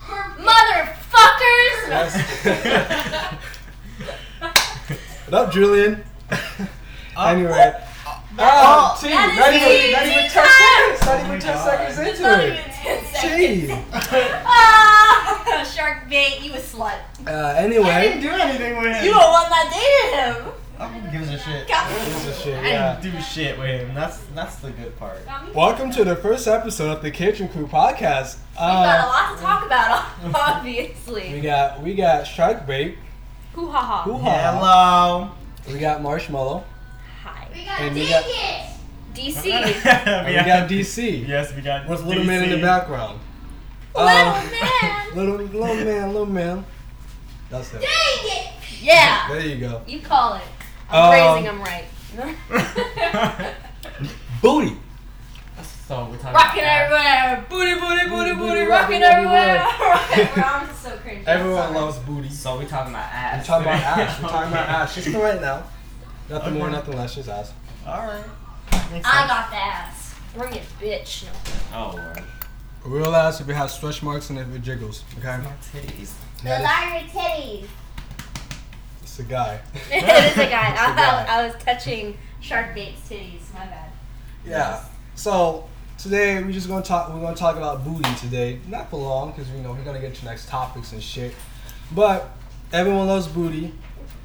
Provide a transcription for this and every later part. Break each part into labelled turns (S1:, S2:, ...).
S1: Yes.
S2: What up, Julian? anyway.
S1: Oh,
S2: Oh,
S1: T,
S2: T,
S1: that is
S2: not even,
S1: T,
S2: not
S1: T God. It's
S2: even 10 seconds. Not even 10 seconds into
S3: not
S2: it.
S3: even 10 seconds.
S2: Gee.
S3: Ah, shark bait, you a slut.
S2: Uh,
S1: I didn't
S2: anyway.
S1: do anything with him.
S3: You don't want that dated him.
S1: Who gives a shit?
S3: Got
S2: This is shit,
S1: I
S2: yeah.
S1: didn't do shit with him. That's that's the good part.
S3: Got me.
S2: Welcome to the first episode of the Kitchen Crew podcast.
S3: We've got a
S2: Uh,
S3: lot to talk about,
S2: we
S3: obviously.
S2: got we got shark bait.
S3: Hoo ha ha.
S2: Hoo ha.
S1: Hello.
S2: We got marshmallow.
S3: Hi.
S4: We got
S2: And you
S4: tickets.
S3: DC.
S2: got-
S1: we
S2: Uh,
S3: Little
S2: And we got DC.
S1: Yes, we got.
S2: With little man in the
S1: DC.
S2: background. Uh,
S3: man.
S2: little little man, little man. That's it.
S4: Tickets.
S3: Yeah.
S2: There you go.
S3: You call it.
S2: Um,
S3: I'm praising him right.
S2: Booty.
S1: That's the song we're talking
S3: Rocking
S1: about.
S3: everywhere, booty, booty, booty, booty,
S2: booty,
S3: rocking
S2: rocking
S3: everywhere.
S2: everywhere.
S3: Rocking everywhere. I'm so cringy. I'm
S2: Everyone
S3: sorry.
S2: loves booty.
S5: So we talking about
S2: We're
S5: ass.
S2: talking about
S1: Okay.
S2: ass. We're talking about ass. She's right now. Nothing more,
S1: Okay.
S2: nothing less. Just ass.
S1: All right. Makes
S3: I
S1: sense.
S3: got the ass. Bring it, bitch. No.
S5: Oh lord.
S2: Real ass if it has stretch marks and if it jiggles. Okay.
S1: My titties.
S4: Those
S2: That
S4: are your titties.
S2: is, it's a guy.
S3: it is a guy.
S2: It's a
S3: I,
S2: guy.
S3: I was touching Shark Bait's titties. My bad.
S2: Yeah. So today we're just gonna talk. We're gonna talk about booty today. Not for long, because we know we're gonna get to next topics and shit. But everyone loves booty.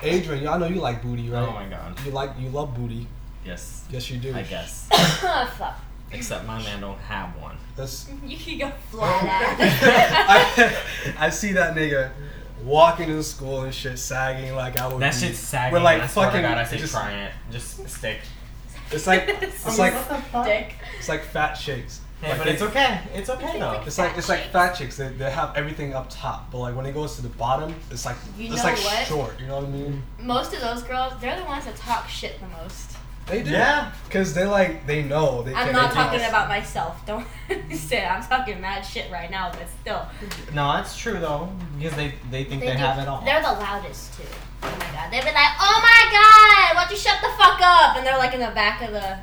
S2: Adrian, y'all know you like booty, right?
S5: Oh my god.
S2: You like you love booty.
S5: Yes.
S2: Yes, you do.
S5: I guess.
S3: Fuck.
S5: Except my man don't have one.
S2: That's
S3: You can go fly
S2: I,
S3: that.
S2: I see that nigga walking to school and shit sagging like I would.
S5: That
S2: be-
S5: shit's sagging.
S2: Oh, We're like
S5: I swear to
S2: fucking.
S5: God, I say
S2: just-
S5: trying it. Just stick.
S2: It's like it's like
S1: What the fuck?
S3: Dick.
S2: it's like fat chicks.
S5: Hey,
S2: Like,
S5: but
S2: they-
S5: it's okay. It's okay though.
S2: It's like it's like fat chicks. They, they have everything up top, but like when it goes to the bottom, it's like
S3: You
S2: it's
S3: know
S2: like
S3: what?
S2: short. You know what I mean?
S5: Mm.
S3: Most of those girls, they're the ones that talk shit the most.
S2: They do.
S1: Yeah.
S2: Cause they like they know they.
S3: I'm
S2: can-
S3: not
S2: they
S3: talking
S2: can-
S3: about myself. Don't say I'm talking mad shit right now, but still.
S1: No, that's true though, because they they think they,
S3: do-
S1: have it all.
S3: They're the loudest too. Oh my god. They've been like, oh my god, why don't you shut the fuck up? And they're like in the back of the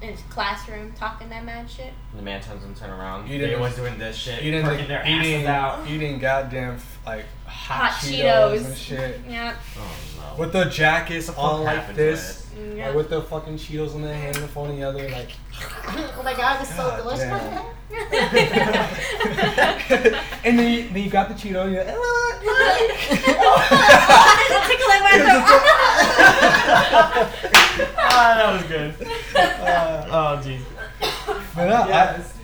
S3: in his classroom talking that mad shit.
S5: The man turns and turn around.
S2: You
S5: they
S2: didn't-
S5: always doing this shit.
S2: Eating,
S5: working their
S2: like, eating,
S5: asses out.
S2: eating goddamn like hot,
S3: Hot
S2: Cheetos.
S3: Cheetos.
S2: and shit
S3: Yeah.
S5: Oh no.
S2: with their jackets
S5: What the fuck
S2: on like
S5: happened to
S2: this.
S3: yeah.
S2: Like with the fucking Cheetos in their hand, the phone in the other, like.
S4: oh my god, it's
S2: God
S4: so delicious.
S2: damn. and then you, then you got the Cheeto, and you're like,
S1: Ah, that was good.
S2: ah."
S1: oh jeez.
S2: Uh, but no,
S1: Yes.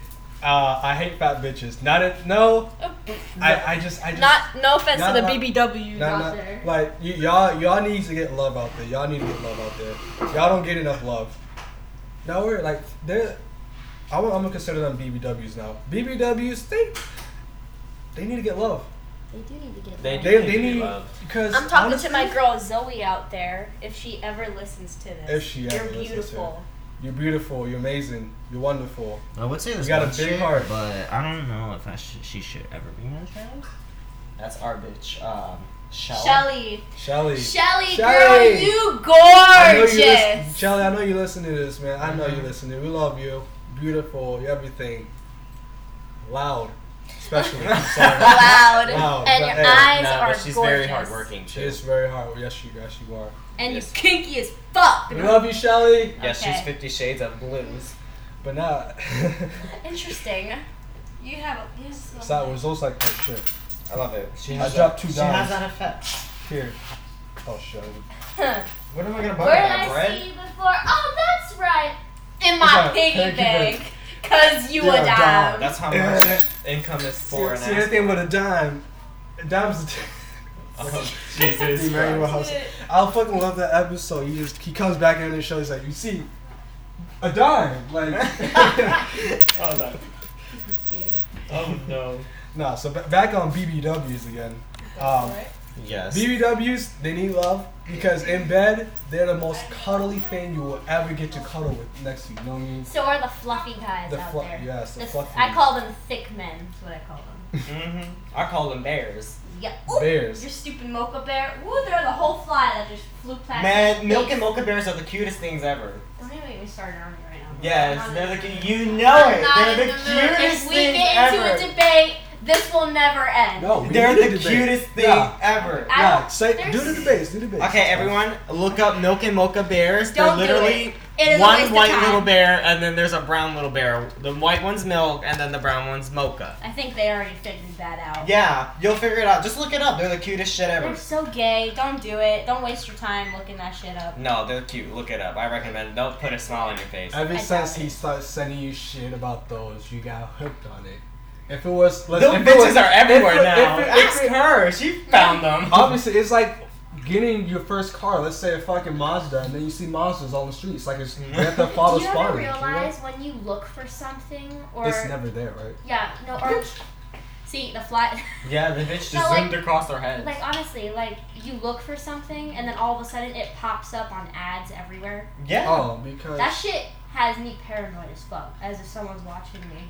S2: I, uh, I hate fat bitches. Not it. No, I, I just, I just.
S3: Not no offense
S2: Not-
S3: to the
S2: not-
S3: BBWs
S2: not-
S3: out
S2: not-
S3: there.
S2: like you, y'all, y'all need to get love out there. Y'all need to get love out there. Y'all don't get enough love. No, we're like they're. I'm, I'm gonna consider them BBWs now. BBWs, they, they need to get love.
S4: They do need to get
S5: They do
S2: They,
S5: need to
S2: they
S5: be
S2: need
S5: loved.
S2: because
S3: I'm talking
S2: honestly,
S3: to my girl Zoe out there. If she ever listens to this,
S2: If she
S3: you're
S2: ever listens to
S3: beautiful.
S2: You're beautiful. You're amazing. You're wonderful.
S5: I would say this
S2: You got a
S5: one
S2: big
S5: chick,
S2: heart.
S5: but I don't know if I sh- she should ever be my child. That's our bitch, um, Shell.
S3: Shelly,
S2: Shelly.
S3: Shelly, girl,
S2: Shelly.
S3: you
S2: I know you listen,
S3: gorgeous.
S2: Shelly, I know you listen to this, man. I know you
S5: Mhm.
S2: listen to. We love you. Beautiful. You're everything. Loud, especially. I'm sorry.
S3: Loud,
S2: Wow,
S3: and
S2: but
S3: your
S2: hey,
S3: eyes
S5: no,
S3: are
S5: but she's
S3: gorgeous.
S5: very hardworking too.
S2: She is very hard. Yes, you guys, you are.
S3: and
S5: Yes.
S3: you're kinky as fuck.
S2: We love you, Shelly.
S5: Yes,
S3: Okay.
S5: she's Fifty Shades of Blues.
S2: But nah,
S3: Interesting. You have a you have
S2: so it was also like that shit.
S5: I love it. She
S2: I
S5: has that-
S2: dropped two
S1: She has
S2: dimes
S1: that effect.
S2: here. Oh, Shelly.
S3: Huh.
S1: What am I gonna buy?
S4: Where did
S1: that
S4: I
S1: bread?
S4: see you before? Oh, that's right.
S3: in
S2: It's
S3: my
S2: like
S3: piggy
S2: piggy
S3: bank,
S2: bank.
S3: cause you
S2: Yeah,
S3: a
S2: dog,
S3: dime.
S5: That's how much
S2: See,
S5: income is for an
S2: see
S5: ass.
S2: anything with a dime. A dime's a dime.
S5: Oh, Jesus.
S2: Be very well.
S3: That's it.
S2: I fucking love that episode. He just he comes back in the show. He's like, you see, a dime. Like,
S1: Oh no. Oh no.
S2: nah. So ba- back on BBWs again. Um,
S5: Yes.
S2: BBWs they need love because in bed they're the most cuddly thing you will ever get to cuddle with next to you. You know what I mean?
S3: So are the fluffy guys
S2: The
S3: out
S2: flu-
S3: there.
S2: yes, the
S3: The-
S2: fluffy
S3: I
S2: ones.
S3: call them thick men. Is what I call them.
S5: Mm-hmm. I call them bears.
S3: Yeah. Ooh,
S2: Bears.
S3: Your stupid mocha bear. Ooh, they're the whole fly that just flew past.
S5: Man,
S3: your
S5: milk
S3: face.
S5: and mocha bears are the cutest things ever.
S3: Don't even get me started on it right now.
S5: Yes,
S3: I'm not
S5: they're
S3: in
S5: the
S3: the
S5: cu-
S3: mood.
S5: you know
S3: I'm
S5: it.
S3: not
S5: They're
S3: in
S5: the
S3: mood.
S5: cutest
S3: If we
S5: things
S3: get into
S5: ever.
S3: a debate, This will never end.
S2: No, Oh, we
S5: They're
S2: need to
S5: the
S2: debate.
S5: cutest thing
S2: Yeah.
S5: ever.
S3: I
S2: Yeah,
S3: don't-
S2: say
S3: there's-
S2: do the debates, do the debates.
S5: Okay, everyone, look up Milk and Mocha bears. They're
S3: Don't do
S5: literally
S3: It is a waste
S5: one
S3: of
S5: white
S3: time.
S5: little bear, and then there's a brown little bear. The white one's milk, and then the brown one's mocha.
S3: I think they already figured that out.
S5: Yeah, you'll figure it out. Just look it up. They're the cutest shit
S3: They're
S5: ever.
S3: so gay. Don't do it. Don't waste your time looking that shit up.
S5: No, they're cute. Look it up. I recommend. They'll put a smile on your face.
S2: Ever
S3: I
S2: since
S3: doubt
S2: he
S3: it.
S2: started sending you shit about those, you got hooked on it. If it was, let's,
S5: Those
S2: if it was-
S5: bitches are everywhere
S2: if it-
S5: now.
S2: if it- if
S5: Ask
S2: it-
S5: her. She found them.
S2: Obviously, it's like getting your first car. Let's say a fucking Mazda, and then you see Mazdas on the streets. Like it's
S5: Mm-hmm.
S2: you have to follow
S4: Do you
S2: Spartan.
S4: ever
S2: you know?
S4: realize when you look for something or
S2: It's never there, right?
S4: yeah no or
S3: See, the fly.
S5: Yeah, the bitch just
S4: No, like-
S5: zoomed across their head.
S4: like honestly like you look for something and then all of a sudden it pops up on ads everywhere.
S5: yeah.
S2: Oh, because
S3: that shit has me paranoid as fuck, as if someone's watching me.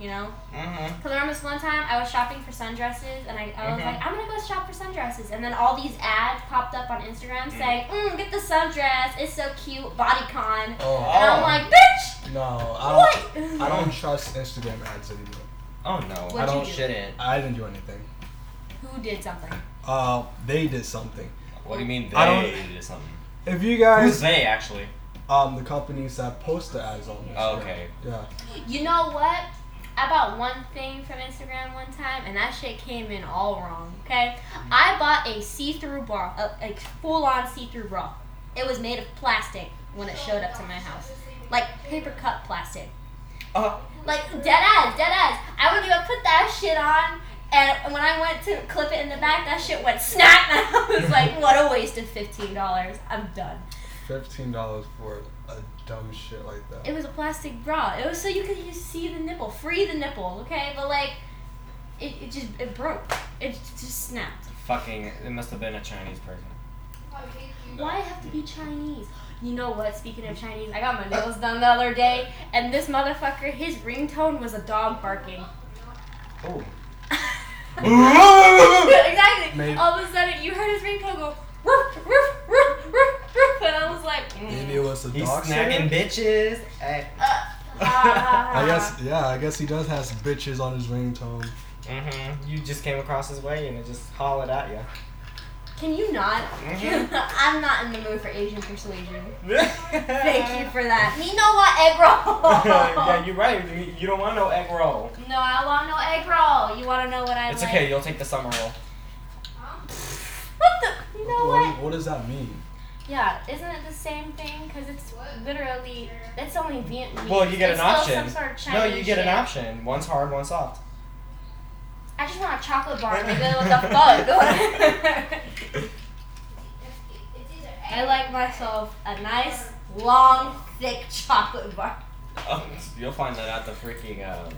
S3: You know?
S5: Mm-hmm.
S3: Because I remember this one time I was shopping for sundresses and I, I was
S5: Mhm.
S3: like, I'm gonna go shop for sundresses. And then all these ads popped up on Instagram saying, mm, get the sundress, it's so cute, bodycon.
S2: oh
S3: And I'm
S5: Oh.
S3: like, bitch,
S2: no, I
S3: what?
S2: don't. I don't trust Instagram ads anymore.
S5: Oh no.
S3: What'd
S5: I
S3: you
S5: don't
S3: do?
S5: shit it.
S2: I didn't do anything.
S3: Who did something?
S2: Uh, they did something.
S5: What do you mean they
S2: I
S5: did something?
S2: If you
S5: Who's
S2: guys,
S5: they actually?
S2: um, the companies that post the ads on Instagram.
S5: Oh, okay.
S2: Yeah.
S3: You know what? I bought one thing from Instagram one time, and that shit came in all wrong. Okay, I bought a see-through bra, a, a full-on see-through bra. It was made of plastic when it showed up to my house, like paper cup plastic.
S5: Uh,
S3: Like dead ass, dead ass. I wouldn't even put that shit on. And when I went to clip it in the back, that shit went snap. And I was like, what a waste of fifteen dollars. I'm done.
S2: Fifteen dollars for a dumb shit like that.
S3: It was a plastic bra. It was so you could you see the nipple, free the nipple, okay? But like, it, it just it broke. It just snapped.
S5: fucking. It must have been a Chinese person.
S3: Why have to be Chinese? You know what? Speaking of Chinese, I got my nails done the other day, and this motherfucker, his ringtone was a dog barking.
S5: Oh.
S3: exactly.
S2: Maybe-
S3: All of a sudden, you heard his ringtone go roof, roof, roof, roof, roof, and I was like, mm,
S2: Maybe it was a
S5: He's
S2: dog
S5: snagging
S2: sitter?
S5: bitches. Hey.
S3: ah.
S2: I guess yeah. I guess he does have some bitches on his ringtone.
S5: Mm-hmm. You just came across his way and it just hollered at you.
S3: Can you not?
S5: Mhm.
S2: Mm-hmm.
S3: I'm not in the mood for Asian persuasion. Thank
S5: Thank
S3: you for that. You know what? Egg roll.
S5: yeah, you're right. You- You don't want no egg roll.
S3: No, I don't want no egg roll. You want to know what I
S5: It's
S3: like?
S5: okay. You'll take the summer roll.
S3: What the? You know what?
S2: what does that mean?
S3: Yeah, isn't it the same thing? Because it's literally, it's only Vietnamese.
S5: Well, you get
S3: It's
S5: an
S3: still
S5: option.
S3: Some sort of Chinese
S5: No, you get
S3: shit.
S5: an option. One's hard, one's soft.
S3: I just want a chocolate bar. Like, what the fuck? I like myself a nice, long, thick chocolate bar.
S5: Oh, you'll find that at the freaking um,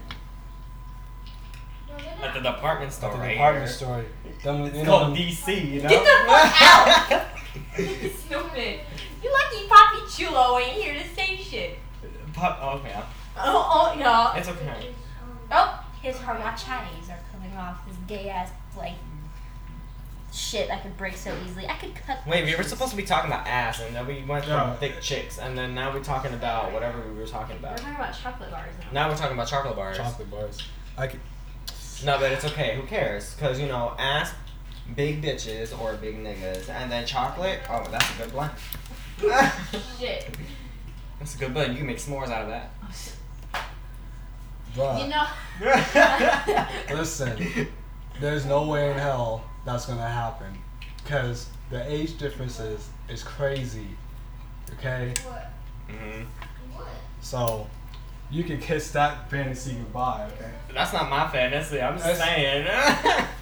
S5: at the department store.
S2: the
S5: right
S2: department
S5: here.
S2: store. Them- you
S5: It's
S2: know,
S5: called
S2: them-
S5: DC. You know.
S3: Get the fuck out! Stupid. You lucky Poppy Chulo ain't here to say shit.
S5: Pop- oh, okay.
S3: Oh, oh, no.
S5: It's okay.
S3: Oh, his Harmachanis are coming off his gay ass like shit I could break so easily. I could cut.
S5: Wait, we were supposed to be talking about ass, and then we went from
S2: Yeah.
S5: thick chicks, and then now we're talking about whatever we were talking
S3: We're
S5: about.
S3: talking about chocolate bars now.
S5: Now we're talking about chocolate bars.
S2: chocolate bars. I could,
S5: No, but it's okay. Who cares? Because, you know, ass, big bitches or big niggas. And then chocolate. Oh, that's a good blend.
S3: Shit.
S5: that's a good blend. You can make s'mores out of
S2: bruh,
S3: You know.
S5: that.
S2: Listen. there's no way in hell that's gonna happen, cause the age differences is crazy. Okay,
S5: hmm
S2: so you can kiss that fantasy goodbye. Okay,
S5: That's not my fantasy. I'm just
S2: That's-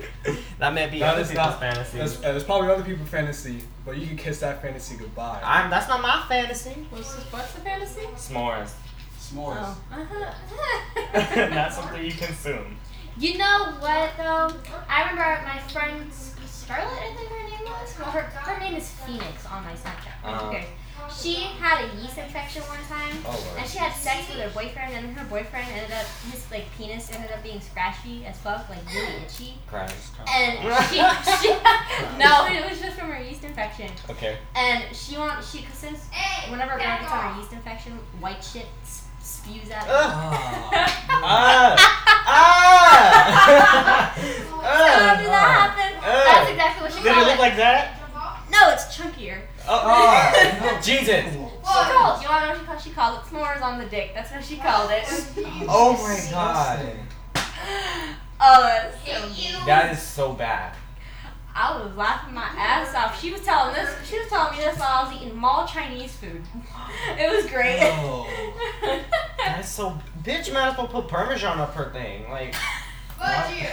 S5: saying. that may be
S2: That
S5: other
S2: is
S5: people's
S2: not-
S5: fantasy.
S2: there's,
S6: uh,
S2: there's probably other people's fantasy, but you can kiss that fantasy goodbye.
S5: I'm, that's not my fantasy.
S3: What's, this, what's the fantasy?
S5: S'mores.
S2: S'mores.
S3: Oh. Uh-huh.
S5: Not something you consume.
S4: You know what though? I remember my friend Scarlett, I think her name was. Well, her, her name is Phoenix on my Snapchat.
S5: Uh-huh.
S4: Okay. She had a yeast infection one time,
S5: Oh, Lord.
S4: and she had sex with her boyfriend, and her boyfriend ended up his like penis ended up being scratchy as fuck, like really itchy.
S5: Christ.
S4: And she, she no, it was just from her yeast infection.
S5: Okay.
S4: And she wants she cause since whenever a girl gets on a yeast infection,
S6: Ah.
S4: white shit s- spews out.
S5: Ah! Ah! Ah!
S3: How did that happen?
S5: Ah!
S4: That's exactly what she
S7: Did it
S4: called
S7: look
S4: it.
S7: like that?
S3: No, it's chunkier.
S5: Oh, oh, Jesus!
S4: What?
S3: She called. You want to know what she called? She called it s'mores on the dick. That's what she called it.
S5: Oh my god.
S3: Oh, that's so
S4: Ew.
S5: That is so bad.
S3: I was laughing my ass off. She was telling this. She was telling me this while I was eating mall Chinese food. It was great.
S5: Oh. That's so. Bitch might as well put Parmesan up her thing. Like,
S4: But you.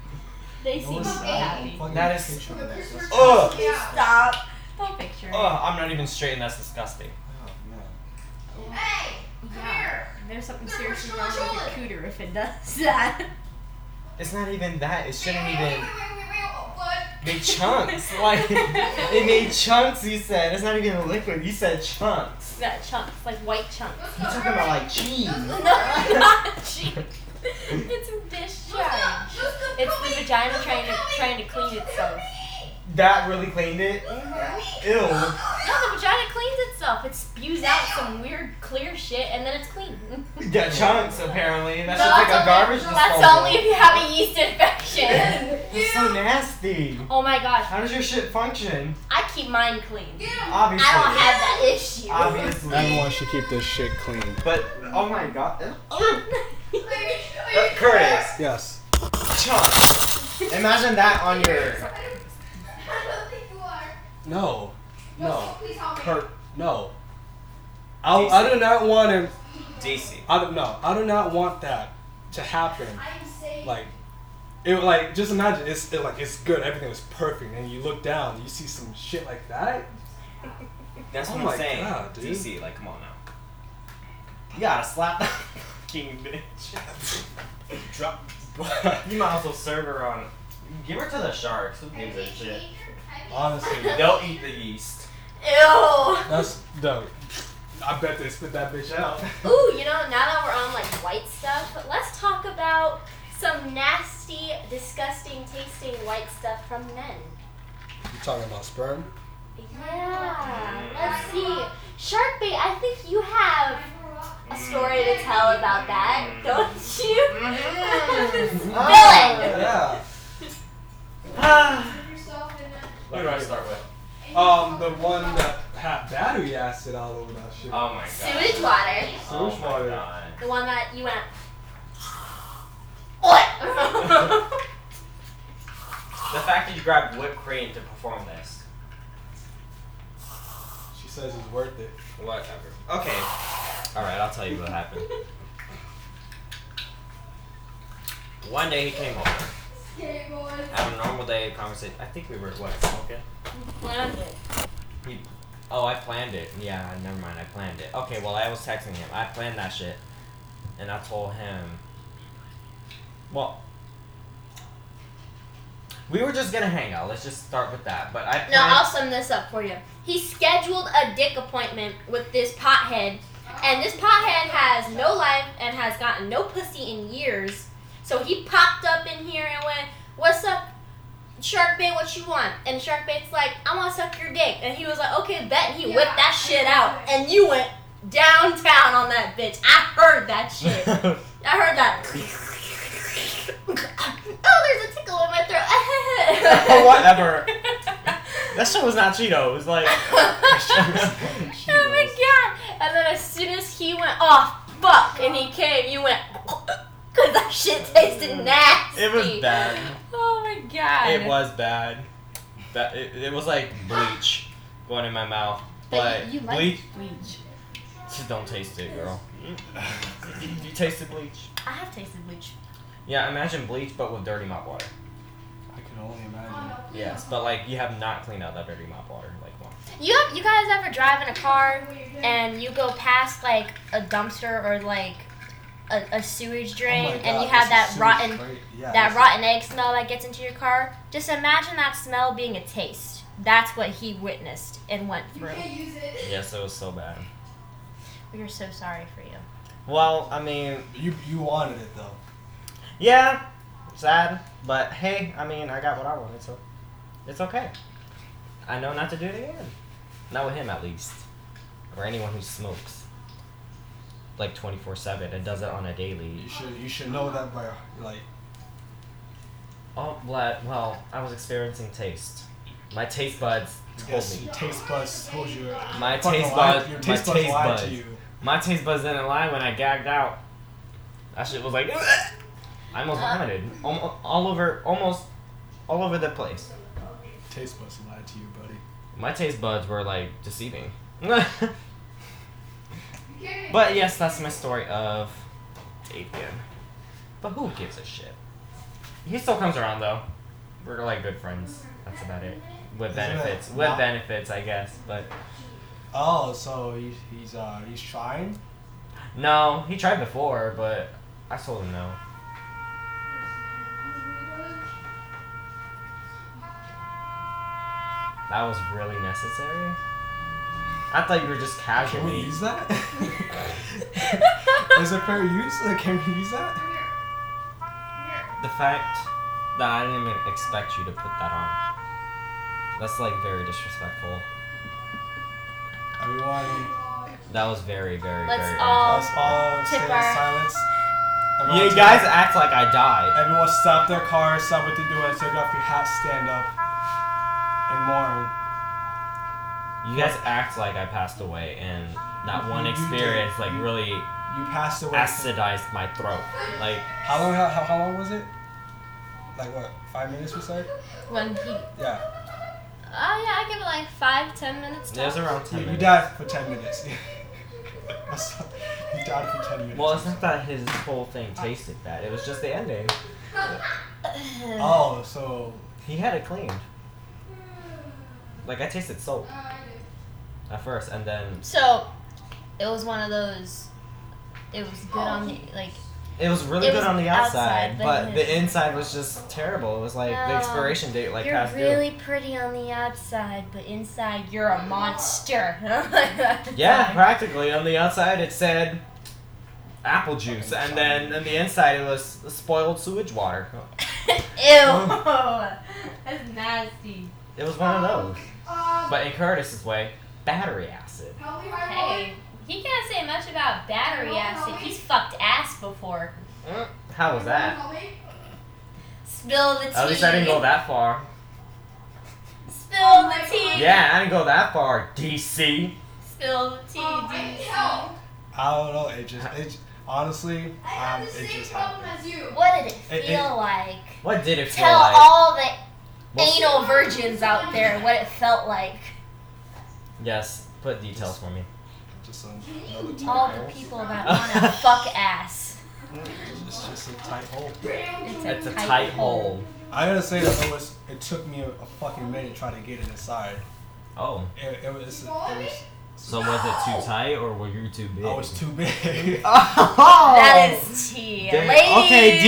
S3: they seem
S8: one's
S3: so
S4: not.
S3: happy.
S5: That is-
S4: Oh.
S5: Ugh.
S3: Stop. Don't picture. it.
S5: ugh, I'm not even straight and that's disgusting.
S4: Hey, come
S3: Yeah.
S4: here.
S3: There's something
S4: They're
S3: seriously
S4: pushing
S3: wrong
S4: my
S3: with your cooter if it does that.
S5: It's not even that. It shouldn't
S4: Wait, wait,
S5: even.
S4: wait, wait, wait, wait, oh, what?
S5: They chunks. Like, it made chunks, you said. It's not even liquid. You said chunks.
S3: that chunks, like white chunks.
S4: Let's
S5: You're talking
S4: go, hurry.
S5: about like cheese.
S3: No, not cheese. It's a dish charge.
S4: Let's go, let's go,
S3: It's
S4: come
S3: the
S4: eat,
S3: vagina
S4: let's go,
S3: trying to
S4: come eat,
S3: trying to
S4: let's
S3: clean
S4: go,
S3: itself.
S5: That really cleaned it?
S4: come eat.
S5: Ew.
S3: No, the vagina cleans itself. It spews out some weird clear shit and then it's clean.
S5: Yeah, chunks, apparently. That's
S3: No,
S5: just like
S3: that's
S5: a garbage
S3: That's
S5: disposal.
S3: only if you have a yeast infection.
S5: That's so nasty.
S3: oh my gosh,
S5: How does your shit function?
S3: I keep mine clean.
S4: Get him.
S3: I don't
S5: Obviously.
S3: have that issue.
S5: Obviously.
S6: should keep this shit clean.
S5: But, oh my god.
S3: Oh
S4: Are you- are you
S5: Uh, Curtis.
S6: Yes.
S5: Chunks. Imagine that on your.
S4: I don't think you are.
S6: No. No.
S4: Please help me.
S6: Kurt. No. I, I do not want him.
S5: DC.
S6: I don't know. I do not want that to happen.
S4: I'm safe.
S6: Like, it like just imagine it's it, like it's good. Everything was perfect, and you look down, you see some shit like that.
S5: That's
S6: Oh
S5: what
S6: my
S5: I'm saying.
S6: God, dude.
S5: DC, like, come on now. You gotta slap that fucking bitch.
S8: Drop.
S5: you might as well serve her on. Give her to the sharks. Who gives a shit?
S6: Honestly,
S5: They'll eat the yeast.
S3: Ew.
S6: that's dope. I bet they spit that bitch out.
S3: Ooh, you know, now that we're on like white stuff, let's talk about some nasty, disgusting tasting white stuff from men.
S8: You talking about sperm?
S3: Yeah. Let's see. Shark bait, I think you have a story to tell about that, don't you? Spill it!
S6: Yeah.
S5: Ah.
S6: What
S5: What
S6: do
S5: do
S6: I
S5: I start with?
S6: Um, the one that had battery acid all over that shit.
S5: Oh my god.
S3: Sewage water.
S5: Oh
S6: Sewage
S5: my
S6: water.
S5: God.
S3: The one that you went. What?
S5: The fact that you grabbed whipped cream to perform this.
S6: She says it's worth it.
S5: Whatever. Okay. Alright, I'll tell you what happened. One day he came over.
S4: Okay, boys.
S5: Had a normal day of conversation. I think we were what, smoking?
S3: Planned it.
S5: Oh, I planned it. Yeah, never mind. I planned it. Okay, well, I was texting him. I planned that shit. And I told him. Well. We were just gonna hang out. Let's just start with that. But I.
S3: No, I'll
S5: Planned,
S3: sum this up for you. He scheduled a dick appointment with this pothead, and this pothead has no life and has gotten no pussy in years. So he popped up in here and went, "What's up, Shark Bait? What you want?" And Shark Bait's like, "I want to suck your dick," and he was like, "Okay, bet." And he
S4: Yeah,
S3: whipped that
S4: I
S3: shit
S4: know
S3: out,
S4: it.
S3: and you went downtown on that bitch. I heard that shit. I heard that. oh, there's a tickle in my throat.
S5: Whatever. That shit was not Cheetos. Like.
S3: oh my god! And then as soon as he went off, fuck, and he came, you went, cause that shit tasted nasty.
S5: It was bad.
S3: Oh my god.
S5: It was bad. That it, it was like bleach going in my mouth. But,
S3: But you, you like
S5: bleach.
S3: bleach.
S5: Just don't taste it, girl. you tasted bleach.
S3: I have tasted bleach.
S5: Yeah, imagine bleach but with dirty mop water.
S8: I can only imagine.
S5: Yes, but like you have not cleaned out that dirty mop water. Like one.
S3: You have, you guys ever drive in a car and you go past like a dumpster or like a, a
S5: Oh
S3: sewage
S2: Oh
S3: drain and you have that rotten that rotten egg smell that gets into your car? Just imagine that smell being a taste. That's what he witnessed and went
S4: You
S3: through.
S4: can't use it.
S5: Yes, it was so bad.
S3: We are so sorry for you.
S5: Well, I mean,
S8: You you wanted it though.
S5: yeah, sad, but hey, I mean, I got what I wanted, so it's okay. I know not to do it again. Not with him, at least, or anyone who smokes like twenty four seven and does it on a daily.
S8: You should you should know that by like
S5: Oh, well, well, I was experiencing taste. My taste buds told
S2: Yes,
S5: me.
S2: your taste buds told you.
S5: My
S2: fucking
S5: taste
S2: lied-
S5: buds-
S2: Your
S5: my
S2: taste buds
S5: taste
S2: lied to
S5: buds.
S2: you.
S5: My taste buds didn't lie when I gagged out. That shit was like, I almost vomited, Almo- all over, almost, all over the place.
S2: Taste buds lied to you, buddy.
S5: My taste buds were like deceiving. but yes, that's my story of Adrian. But who gives a shit? He still comes around though. We're like good friends. That's about it. With
S2: Isn't it
S5: benefits, with
S2: not-
S5: benefits, I guess. But
S2: Oh, so he's he's uh he's trying.
S5: no, he tried before, but I told him no. That was really necessary. I thought you were just
S2: Can we
S5: casually.
S2: use that? Is it fair use? Like, can we use that?
S5: The fact that I didn't even expect you to put that on. That's like very disrespectful.
S2: Everyone,
S4: Um,
S5: That was very, very,
S3: Let's
S5: very.
S3: all-
S2: us all stay in
S3: Tip our-
S2: silence.
S5: Yeah,
S2: Everyone
S5: you
S2: take-
S5: guys act like I died.
S2: Everyone stop their car, stop what they're doing, take off your hat, stand up, and mourn.
S5: You guys act like I passed away, and that one
S2: You did.
S5: experience like
S2: You-
S5: really
S2: You passed away.
S5: acidized my throat. Like
S2: How long? How, how long was it? Like what? Five minutes or so?
S3: When he, oh
S2: Yeah.
S3: yeah, I give it like five, ten minutes.
S5: it was
S3: tops.
S5: around ten
S2: You, you
S5: minutes.
S2: died for ten minutes. That's- you died for ten minutes.
S5: Well, it's not that his whole thing tasted bad. It was just the ending.
S2: Oh, so
S5: He had it cleaned. Like I tasted soap at first, and then
S3: So, it was one of those. It was good on the like.
S5: It was really
S3: It
S5: good
S3: was
S5: on the outside,
S3: outside, but
S5: but
S3: it-
S5: the inside was just terrible. It was like the
S3: No.
S5: expiration date, like
S3: you're
S5: past
S3: really pretty on the outside, but inside you're a monster.
S5: due. Yeah, practically. On the outside, it said apple juice, and then on the inside, it was spoiled sewage water. Oh.
S3: Ew. That's nasty.
S5: It was one of
S3: Oh.
S5: those. But in Curtis's way, battery acid.
S3: Hey, he can't say much about battery acid. He's fucked ass before.
S5: Mm, How was that?
S3: Spill the tea.
S5: At least I didn't go that far.
S3: Spill the tea.
S5: Yeah, I didn't go that far, DC.
S3: Spill the tea, dude.
S2: I don't know. It just it j- honestly, um, it just happened.
S4: as you.
S3: What did it feel
S2: It- it-
S3: like?
S5: What did it feel
S3: Tell
S5: like?
S3: all the
S5: Well,
S3: anal virgins out there what it felt like.
S5: yes, put details for me.
S2: Just another tight
S3: All
S2: hole.
S3: the people that want to fuck ass.
S2: It's just a tight hole.
S3: It's
S5: It's a tight hole.
S2: I gotta say that it was. It took me a, a fucking minute to try to get it inside.
S5: Oh.
S2: It, it was. It was
S5: So was it too tight or were you too big?
S2: I was too big.
S5: Oh,
S3: That is tea.
S5: Damn.
S3: Ladies.
S5: Okay,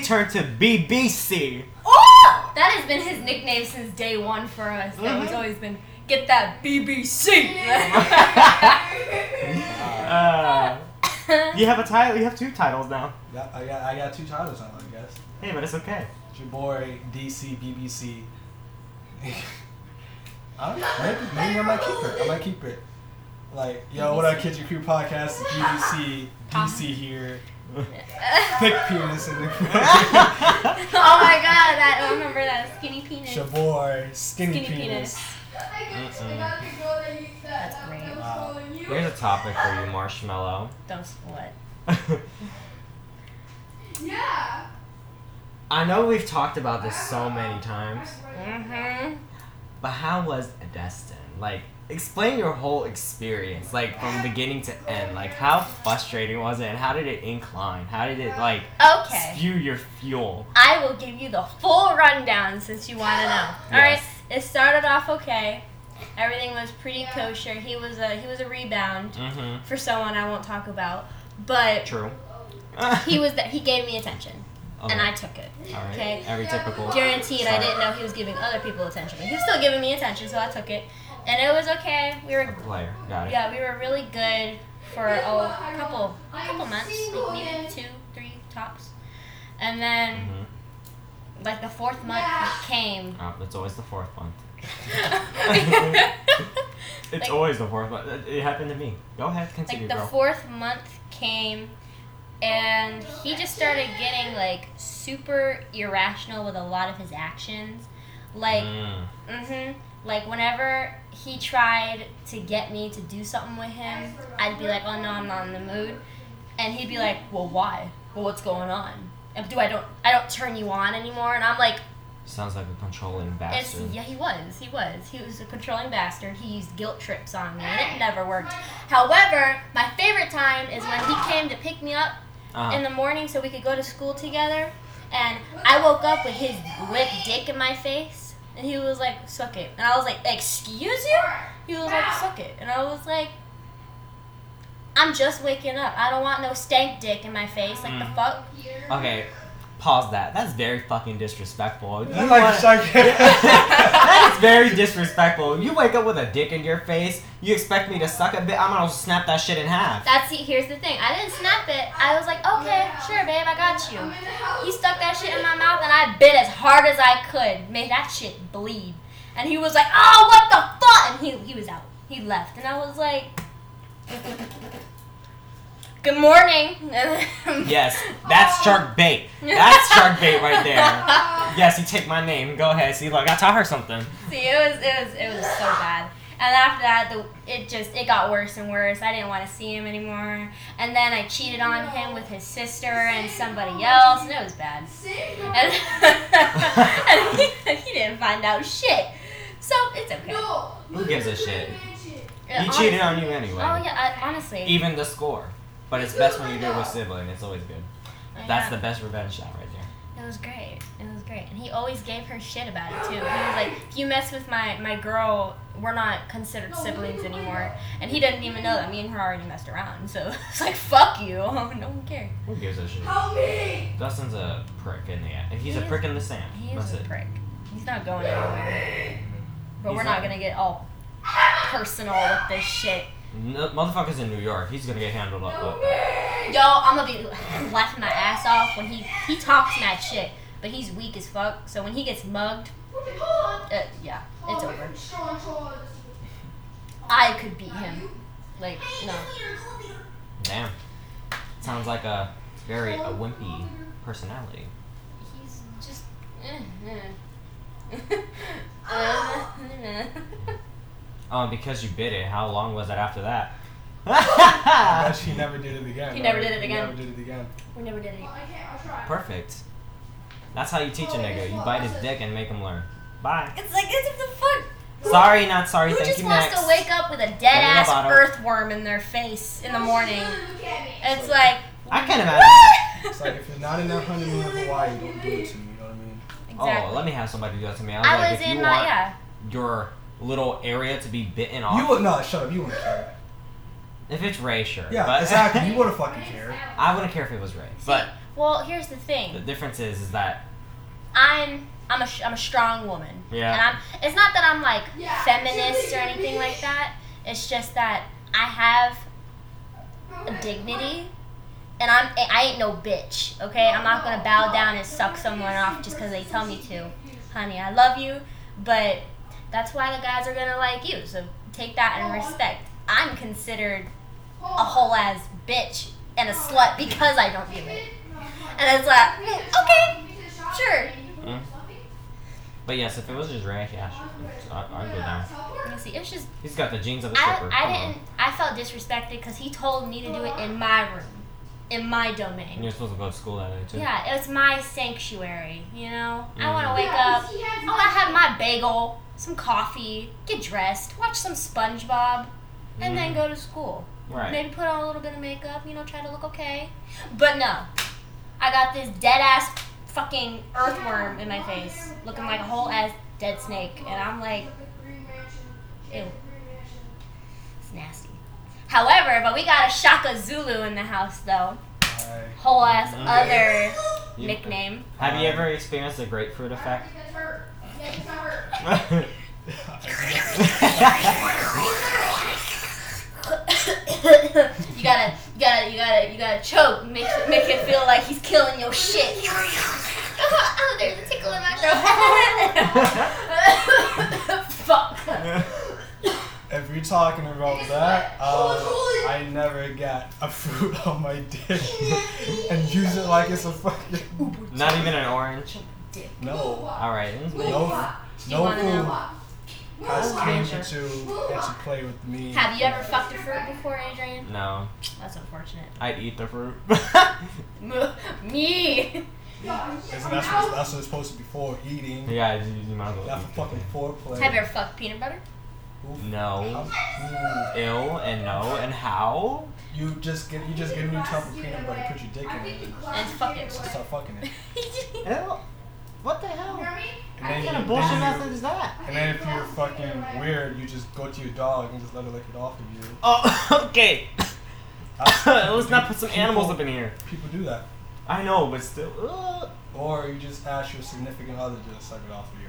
S5: DC turned to BBC.
S3: Oh! That has been his nickname since day one for us. That
S5: Mm-hmm.
S3: was always been get that BBC.
S5: Uh, you have a title. You have two titles now.
S2: Yeah, I got I got two titles on, I guess.
S5: Hey, but it's okay.
S2: It's your boy DC BBC. I don't know. Maybe, maybe I might keep it. I might keep it. Like, yo, what up, Kids Your Crew podcast? It's BBC, DC here. Thick penis in the crew.
S3: Oh my god, that I remember that skinny penis.
S2: it's your boy, skinny,
S3: Skinny
S2: penis.
S3: penis.
S4: That's
S3: great.
S5: Here's a topic for you, Marshmallow.
S3: Don't split.
S4: Yeah.
S5: I know we've talked about this so many times,
S3: Mm-hmm.
S5: but how was Destin? Like, explain your whole experience, like from beginning to end. Like, how frustrating was it? And how did it incline? How did it like
S3: Okay.
S5: spew your fuel?
S3: I will give you the full rundown since you want to know. All right.
S5: Yes.
S3: It started off okay. Everything was pretty kosher. He was a he was a rebound
S5: Mm-hmm.
S3: for someone I won't talk about, but
S5: True. Oh,
S3: he was that he gave me attention and I took it.
S5: All right.
S3: Okay.
S5: Every typical.
S3: Guaranteed, I
S5: Sorry.
S3: didn't know he was giving other people attention, but he was still giving me attention, so I took it, and it was okay. We were
S5: Player. Got it.
S3: yeah, we were really good for oh, a couple a couple months, like maybe two, three tops, and then.
S5: Mhm.
S3: Like the fourth month came.
S5: Oh, it's always the fourth one.
S3: like
S5: It's
S3: Like-
S5: always the fourth one. It, it happened to me. Go ahead, continue,
S3: the
S5: girl.
S3: fourth month came and he just started getting like super irrational with a lot of his actions. Like,
S5: Mm.
S3: hmm Like whenever he tried to get me to do something with him, I'd be like, "Oh no, I'm not in the mood," and he'd be like, "Well, why? Well, what's going on? And Do I don't I don't turn you on anymore?" And I'm like,
S5: Sounds like a controlling
S3: it's,
S5: bastard.
S3: "Yeah, he was. He was. He was a controlling bastard. He used guilt trips on me, and it never worked." However, my favorite time is when he came to pick me up
S5: Uh-huh.
S3: in the morning so we could go to school together. And I woke up with his limp dick in my face. And he was like, suck it. And I was like, excuse you? He was like, suck it. And I was like, I'm just waking up. I don't want no stank dick in my face. Like, the
S5: Mm.
S3: fuck?
S5: Okay, pause that. That's very fucking disrespectful. You
S2: That's like
S5: wanna-
S2: sarcastic.
S5: that is very disrespectful. You wake up with a dick in your face. You expect me to suck a bit. I'm gonna snap that shit in half.
S3: That's the, here's the thing. I didn't snap it. I was like, okay, sure, babe, I got you. He stuck that shit in my mouth and I bit as hard as I could. Made that shit bleed. And he was like, oh, what the fuck? And he, he was out. He left. And I was like, good morning.
S5: Yes, that's shark bait. That's shark bait right there.
S4: Uh,
S5: Yes, you take my name. Go ahead. See, look, I taught her something.
S3: See, it was it was it was so bad. And after that, the, it just it got worse and worse. I didn't want to see him anymore. And then I cheated on him with his sister and somebody else, and it was bad. And, and he, he didn't find out shit. So it's okay.
S5: Who gives a shit?
S3: Uh,
S5: He cheated
S3: honest-
S5: on you
S3: Oh
S5: anyway.
S3: yeah, I, honestly.
S5: Even the score. But it's best when you do it with sibling. It's always good. That's the best revenge shot right there.
S3: It was great. It was great. And he always gave her shit about it too. He was like, if you mess with my, my girl, we're not considered siblings anymore. And he didn't even know that me and her already messed around. So it's like, fuck you. no one cares.
S5: Who gives a shit?
S9: Help me!
S5: Dustin's a prick in the ass. He's a
S3: He is-
S5: prick in the sand.
S3: He is
S5: That's
S3: a
S5: it.
S3: prick. He's not going anywhere. But
S5: He's
S3: we're not
S5: not-
S3: gonna get all personal with this shit.
S5: No, motherfucker's in New York. He's gonna get handled up. up.
S3: Yo, I'm gonna be laughing my ass off when he he talks mad shit, but he's weak as fuck. So when he gets mugged, uh, yeah, it's over. I could beat him. Like no.
S5: Damn. Sounds like a very
S3: Oh,
S5: a wimpy personality.
S3: He's just. eh, I
S5: Oh, and because you bit it, how long was it after that?
S2: But she never did it again.
S3: He never
S2: right?
S3: did it
S2: He
S3: again.
S2: Never did it again.
S3: we never did it.
S5: Perfect. That's how you teach a nigga. You bite his dick and make him learn. Bye.
S3: It's like, it's the fuck?
S5: Sorry, not sorry.
S3: Who
S5: Thank
S3: just
S5: you,
S3: wants
S5: next.
S3: to wake up with a dead ass
S5: Lovato.
S3: earthworm in their face in the morning? It's like,
S5: I can't imagine.
S2: It's like if you're not in that honeymoon in Hawaii, don't do it to me. You know what I mean?
S5: Oh, let me have somebody do that to me. I was
S3: I
S5: like,
S3: was
S5: if
S3: in
S5: you
S3: my
S5: want
S3: yeah.
S5: your little area to be bitten off,
S2: You would not. Shut up. You wouldn't care.
S5: if it's Ray, sure.
S2: Yeah,
S5: but
S2: exactly. You wouldn't fucking care.
S5: I wouldn't care if it was Ray. But
S3: Well, here's the
S5: the
S3: thing.
S5: difference is, is that
S3: I'm I'm a sh- I'm a strong woman.
S5: Yeah.
S3: And I'm it's not that I'm like feminist or anything like that. It's just that I have a dignity and I'm I ain't no bitch, okay? I'm not going to bow down and suck someone off just cuz they tell me to. Honey, I love you, but that's why the guys are going to like you. So take that in respect. I'm considered a whole ass bitch and a slut because I don't do it. And it's like, mm, okay, sure.
S5: But yes, if it was just Ray, Hmm? yeah, sure. I, I'd go down.
S3: You see, it's just
S5: He's got the jeans of a
S3: I,
S5: stripper.
S3: I
S5: Come on.
S3: didn't I felt disrespected because he told me to do it in my room, in my
S5: And
S3: domain.
S5: you're supposed to go to school that day too.
S3: Yeah, it was my sanctuary. You know, I
S5: Mhm.
S3: want
S4: Mm-hmm.
S3: to wake up. oh, I want to have my bagel, some coffee, get dressed, watch some SpongeBob, and then
S5: Mhm.
S3: go to school.
S5: Right.
S3: Maybe put on a little bit of makeup. You know, try to look okay. But no, I got this dead ass fucking earthworm in my face, looking like a whole ass dead snake, and I'm like, ew. It's nasty. However, but we got a Shaka Zulu in the house though.
S2: Alright.
S3: Whole ass
S5: Mm.
S3: other
S5: You-
S3: nickname.
S5: Have you ever experienced the grapefruit effect?
S3: you gotta, you gotta, you gotta, you gotta choke. Make, make it feel like he's killing your shit. oh, there's a tickle in my throat. Fuck.
S2: If you're talking about that, um, I never got a fruit on my dick and use it like it's a fucking
S5: Not even an orange.
S2: no.
S5: All right. it was me.
S2: No,
S3: Do you
S2: no
S3: want to know
S2: food
S3: why?
S2: has came into into play with me.
S3: Have you ever fucked a fruit before, Adrian?
S5: No,
S3: That's unfortunate.
S5: I'd eat the fruit.
S3: M- Me.
S2: That's, that's, what, that's what it's supposed to be for eating.
S5: yeah, you, you might as well.
S2: Not
S5: eat
S2: for
S5: the
S2: fucking
S3: Have you
S2: foreplay.
S3: ever fucked peanut butter?
S5: fruit. No.
S2: Mm.
S5: Ill and no and how?
S2: You just get you just get a new chunk of peanut butter, put your dick in it, and
S3: And fuck it.
S2: just start fucking it.
S5: Ill. What the hell?
S2: And then,
S5: bullshit
S2: then you-
S5: method is that?
S2: and then if you're fucking weird, you just go to your dog and just let her lick it off of you.
S5: Oh, okay.
S2: I-
S5: Let's not put some animals up in here.
S2: People do that.
S5: I know, but still. Uh, ugh.
S2: Or you just ask your significant other to just suck it off of you.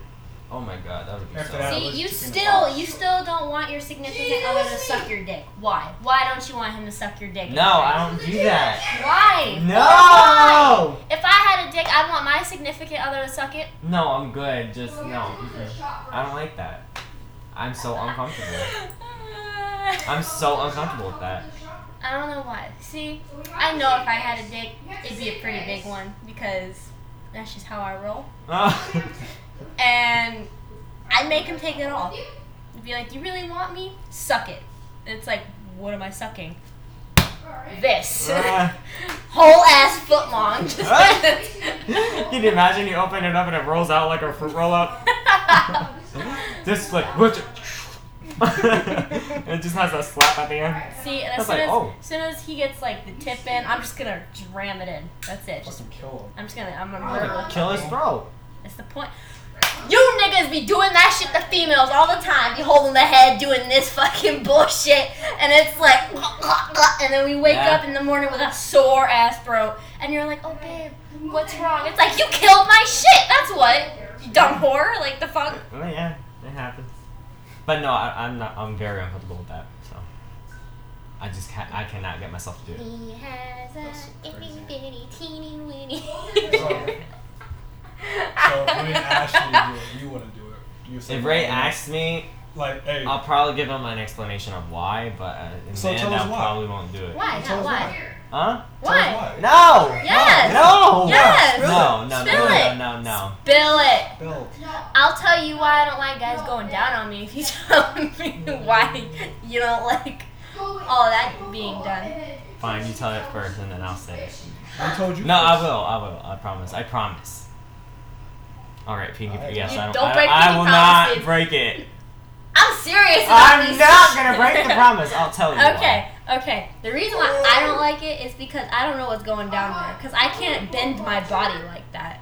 S5: Oh my god, that would be
S2: After
S5: so.
S2: that-
S3: See,
S2: was
S3: you
S2: chicken
S3: still
S2: box.
S3: you still don't want your significant other to suck your dick. Why? Why don't you want him to suck your dick?
S5: No, I don't do that.
S3: don't. Why?
S5: No!
S3: If I had a dick, I'd want my significant other to suck it.
S5: No, I'm good. Just no. I don't like that. I'm so uncomfortable. I'm so uncomfortable with that.
S3: I don't know why. See, I know if I had a dick, it'd be a pretty big one because that's just how I roll. And I'd make him take it off. I'd be like, "You really want me? Suck it." It's like, what am I sucking? This
S5: Ah.
S3: whole ass foot long. Just
S5: Can you imagine you open it up and it rolls out like a fruit roll up? This like what? it just has a slap at the end.
S3: See, and
S5: That's
S3: as soon
S5: like,
S3: as,
S5: oh.
S3: as soon as he gets like the tip in, I'm just gonna ram it in. That's it. Just,
S2: Fucking kill
S3: I'm just gonna I'm gonna murder. him.
S5: Kill his throat.
S3: That's the point. You niggas be doing that shit to females all the time. Be holding the head, doing this fucking bullshit, and it's like, and then we wake
S5: Yeah.
S3: up in the morning with a sore ass throat, and you're like, oh babe, what's wrong? It's like you killed my shit. That's what. You dumb whore. Like the fuck.
S5: Well, Oh, yeah, it happens. But no, I, I'm not. I'm very uncomfortable with that. So I just can't. I cannot get myself to do it.
S4: He has a itty bitty teeny weeny.
S2: it. So, so if Ray asked you to do it, you wouldn't do it. You say
S5: If Ray Uh,
S2: no.
S5: asks me,
S2: like, hey,
S5: I'll probably give him an explanation of why, but uh, in
S2: So
S5: the
S2: tell
S5: end,
S2: us
S5: I
S2: why.
S5: probably won't do it.
S3: Why?
S2: Tell
S3: Not
S2: us
S3: why?
S5: Huh?
S2: tell us
S3: Why?
S2: why.
S5: No!
S3: Yes.
S5: No!
S3: Yes.
S5: No, no, no,
S3: Spill
S5: no,
S3: it.
S5: no, no.
S3: Bill it.
S2: Bill,
S3: I'll tell you why I don't like guys going down on me if you tell me why you don't like all that being done.
S5: Fine, you tell it first and then I'll say it.
S2: I told you.
S5: No, I
S2: first.
S5: will, I will, I promise, I promise. Alright, Pinky,
S2: Alright.
S5: yes,
S3: You
S5: I, don't,
S3: don't
S5: I,
S3: break
S5: I
S3: the
S5: will
S3: promises.
S5: not break it.
S3: I'm serious about
S5: I'm
S3: these.
S5: not gonna break the promise, Oh, I'll tell you. why.
S3: Okay, okay. The reason why I don't like it is because I don't know what's going down there. Because I can't bend my body like that.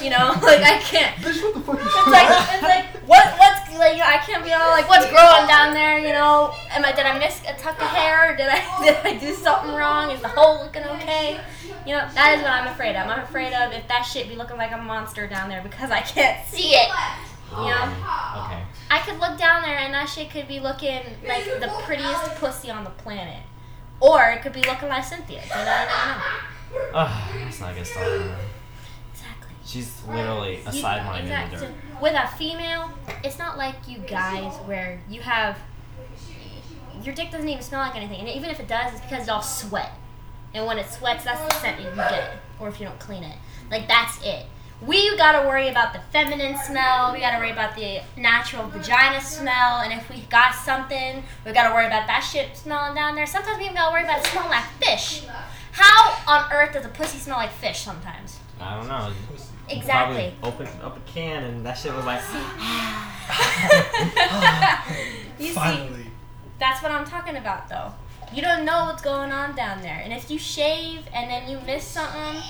S3: You know, like I can't.
S2: Bitch, what the fuck
S3: It's
S2: is
S3: like it's like what what's like you know, I can't be all like what's growing down there. You know, am I did I miss a tuck of hair? Did I did I do something wrong? Is the hole looking okay? You know, that is what I'm afraid of. I'm afraid of if that shit be looking like a monster down there because I can't see it.
S5: Yeah. Um, Okay.
S3: I could look down there and that shit could be looking like the prettiest pussy on the planet. Or it could be looking like Cynthia. So that I don't know.
S5: Ugh, let's not get started. on that.
S3: Exactly.
S5: She's literally a
S3: You-
S5: sideline in the
S3: exact-
S5: dirt.
S3: With a female, it's not like you guys where you have your dick doesn't even smell like anything. And even if it does, it's because y'all sweat. And when it sweats, that's the scent you get. Or if you don't clean it. Like that's it. We gotta worry about the feminine smell, we gotta worry about the natural vagina smell, and if we got something, we gotta worry about that shit smelling down there. Sometimes we even gotta worry about it smelling like fish. How on earth does a pussy smell like fish sometimes?
S5: I don't know.
S3: Exactly.
S5: Probably opened up a can and that shit was like.
S3: you see,
S2: Finally,
S3: that's what I'm talking about, though. You don't know what's going on down there, and if you shave and then you miss something,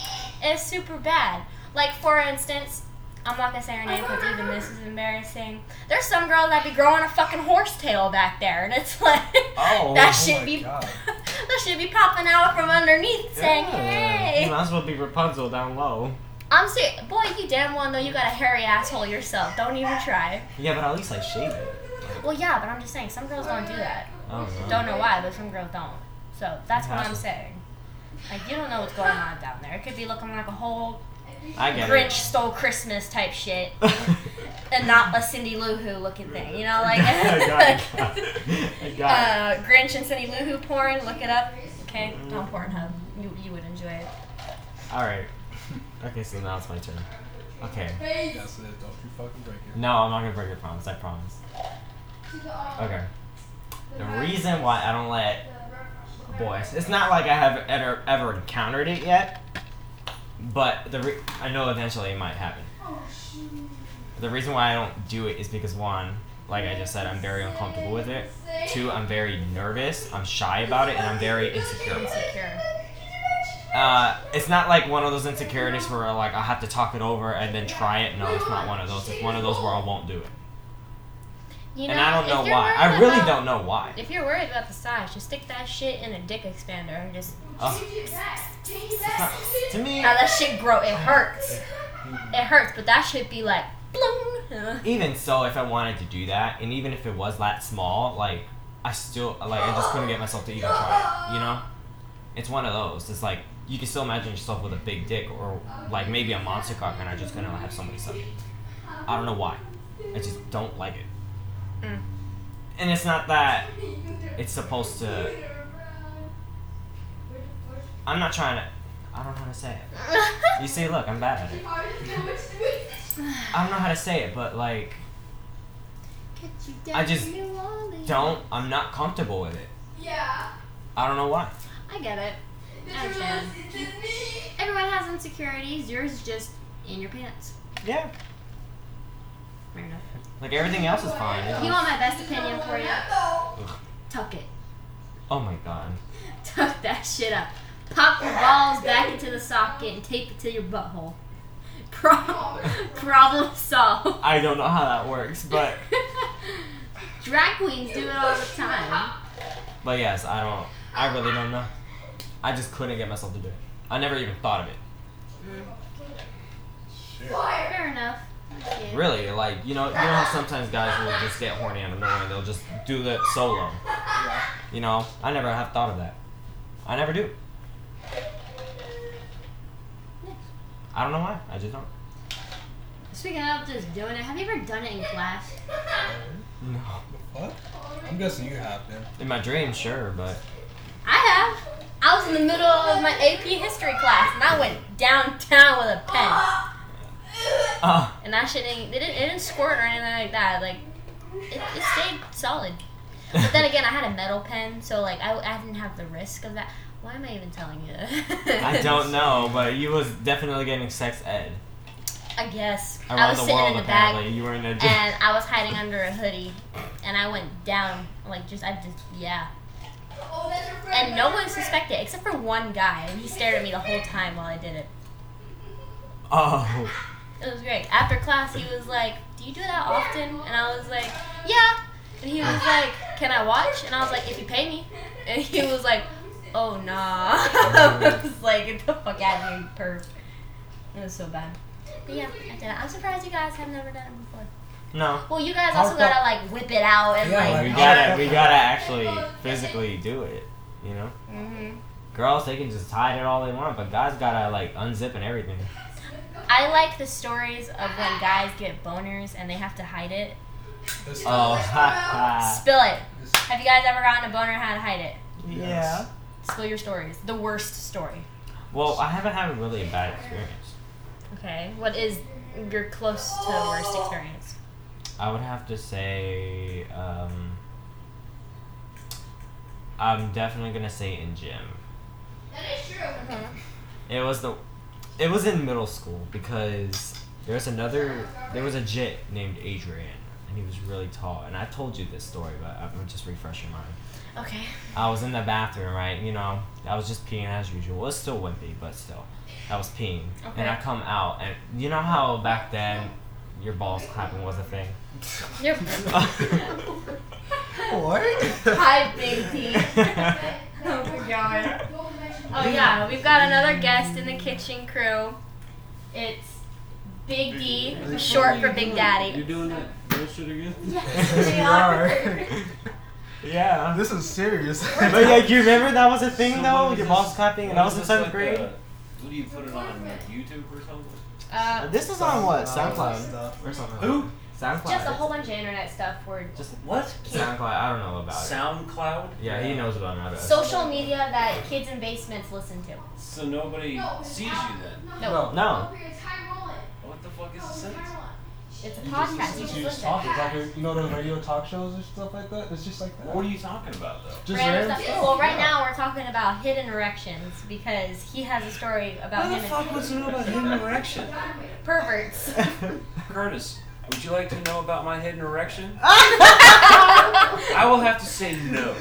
S3: it's super bad. Like for instance, I'm not gonna say her name because even this is embarrassing. There's some girl that be growing a fucking horsetail back there, and it's like
S5: Oh,
S3: that
S5: oh
S3: should
S2: my
S3: be
S2: God.
S3: that should be popping out from underneath, saying,
S5: You
S3: "Hey."
S5: might as well be Rapunzel down low.
S3: I'm serious, boy. You damn well know you got a hairy asshole yourself. Don't even try.
S5: Yeah, but at least I shave it.
S3: Well, yeah, but I'm just saying some girls don't do that.
S5: I don't know.
S3: Don't know why, but some girls don't. So that's what I'm
S5: Awesome.
S3: saying. Like you don't know what's going on down there. It could be looking like a whole
S5: I get
S3: Grinch stole Christmas type shit.
S5: it.
S3: and not a Cindy Lou Who looking thing. You know, like
S7: I got it. I got it.
S3: uh, Grinch and Cindy Lou Who porn. Look it up. Okay, on Pornhub, you you would enjoy it.
S5: All right. Okay, so now it's my turn. Okay.
S8: That's it. Don't you fucking break it.
S5: No, I'm not gonna break your promise. I promise. Okay. The reason why I don't let boys, it's not like I have ever ever encountered it yet, but the re- I know eventually it might happen. The reason why I don't do it is because one, like I just said, I'm very uncomfortable with it. Two, uh, I'm very nervous. I'm shy about it, and I'm very insecure. About it
S3: Secure.
S5: uh, it's not like one of those insecurities where like I have to talk it over and then try it. No, it's not one of those. It's one of those where I won't do it,
S3: You
S5: and I don't
S3: if
S5: know
S3: you're
S5: why. I
S3: worried
S5: really
S3: about-
S5: don't know why.
S3: If you're worried about the size, just stick that shit in a dick expander and just
S5: Ugh. uh, to me,
S3: now that shit grow. It hurts. It hurts, but that should be like bloom.
S5: even so, if I wanted to do that, and even if it was that small, like I still like I just couldn't get myself to even try it. You know, it's one of those. It's like you can still imagine yourself with a big dick or like maybe a monster cock, and I just couldn't have somebody suck it. I don't know why. I just don't like it.
S3: Mm.
S5: And it's not that it's supposed to. I'm not trying to. I don't know how to say it. You see, look, I'm bad at it. I don't know how to say it, but like, I just don't. I'm not comfortable with it.
S4: Yeah.
S5: I don't know why.
S3: I get it.
S4: I understand. Everyone has insecurities. Yours is just in your pants.
S5: Yeah.
S3: Fair enough.
S5: Like everything else is fine. it's
S4: You
S5: just-
S4: want my best opinion for you? Tuck it.
S5: oh my god.
S4: Tuck that shit up. Pop your balls back into the socket and tape it to your butthole. Problem, problem solved.
S5: I don't know how that works, but
S4: Drag queens do it all the time.
S5: but yes, I don't. I really don't know. I just couldn't get myself to do it. I never even thought of it.
S4: Fair enough. Okay.
S5: Really, like you know, you know how sometimes guys will just get horny out of nowhere. and They'll just do the solo. You know, I never have thought of that. I never do. I don't know why. I just don't.
S4: Speaking of just doing it, have you ever done it in class?
S5: No.
S8: What? I'm guessing you have, man.
S5: In my dreams, sure, but
S3: I have. I was in the middle of my AP history class and I went downtown with a pen.
S5: oh,
S3: And that shit didn't, it didn't, it didn't squirt or anything like that. Like, it, it stayed solid. But then again, I had a metal pen, so like I, I didn't have the risk of that. Why am I even telling you? that?
S5: I don't know. But you was definitely getting sex ed
S3: I guess
S5: around
S3: I was
S5: the
S3: sitting
S5: world.
S3: in the back
S5: apparently, you were in a.
S3: and I was hiding under a hoodie, and I went down like just I just yeah. And no one suspected except for one guy, and he stared at me the whole time while I did it.
S5: oh.
S3: It was great. After class, he was like, "Do you do that often?" And I was like, "Yeah." And he was like, "Can I watch?" And I was like, "If you pay me." And he was like, "Oh nah." I was like, "Get the fuck out of here, you perv." It was so bad. But yeah, I did it. I'm surprised you guys have never done it before.
S5: No.
S3: Well, you guys
S8: How
S3: also
S8: the-
S3: gotta like whip it out and
S8: Yeah,
S5: We
S3: like.
S8: like-
S5: gotta, we gotta actually physically do it. You know,
S3: Mhm.
S5: girls they can just hide it all they want, but guys gotta like unzip and everything.
S3: I like the stories of when guys get boners and they have to hide it.
S8: This
S5: Oh,
S8: Uh,
S5: ha ha.
S3: Spill it.
S8: This-
S3: Have you guys ever gotten a boner and how to hide it?
S5: Yeah.
S3: Spill your stories. The worst story.
S5: Well, I haven't had a really bad experience.
S3: Okay. What is your close to the worst experience?
S5: I would have to say, um, I'm definitely gonna say in gym. It was the, it was in middle school because there was another, there was a jit named Adrian, and he was really tall. And I told you this story, but I'm just refreshing mine.
S3: Okay.
S5: I was in the bathroom, right? You know, I was just peeing as usual. It was still wimpy, but still, I was peeing,
S3: Okay.
S5: and I come out, and you know how back then, your balls clapping was a thing.
S3: Your
S8: What?
S3: high big teeth. Oh my god.
S4: Uh-huh.
S3: Oh yeah, we've got another guest in the kitchen crew. It's Big D, short for Big Daddy.
S9: doing that bullshit again?
S8: Yes, you are.
S5: yeah.
S8: this is serious.
S5: But like, you remember that was a thing
S9: So
S5: though?
S9: what
S5: Your
S9: was
S5: balls
S9: this-
S5: clapping, and I was in seventh grade.
S7: uh,
S9: What do you put it on, like YouTube or something?
S3: Uh,
S5: this is on what?
S8: Sound
S5: SoundCloud
S8: stuff.
S5: or something.
S9: Who?
S5: SoundCloud.
S3: Just a whole bunch of internet stuff for
S5: Just
S7: What?
S5: SoundCloud. I don't know about it.
S7: SoundCloud?
S5: Yeah, he knows about it. I bet.
S3: social media that kids in basements listen to.
S7: So nobody sees you then.
S3: No.
S5: No.
S7: What the fuck is the sentence?
S3: It's a podcast. You just
S2: It's just
S3: listen.
S2: talk. It's like your- you know those radio talk shows and stuff like that. It's just like that.
S7: What are you talking about though?
S2: Just
S3: Random
S2: random
S3: stuff.
S2: stuff,
S3: Well, right
S2: yeah.
S3: now we're talking about hidden erections because he has a story about
S7: Why
S3: him
S7: the
S3: and
S7: fuck wants to know about hidden erection?
S3: perverts.
S7: Curtis, would you like to know about my hidden erection? I will have to say no.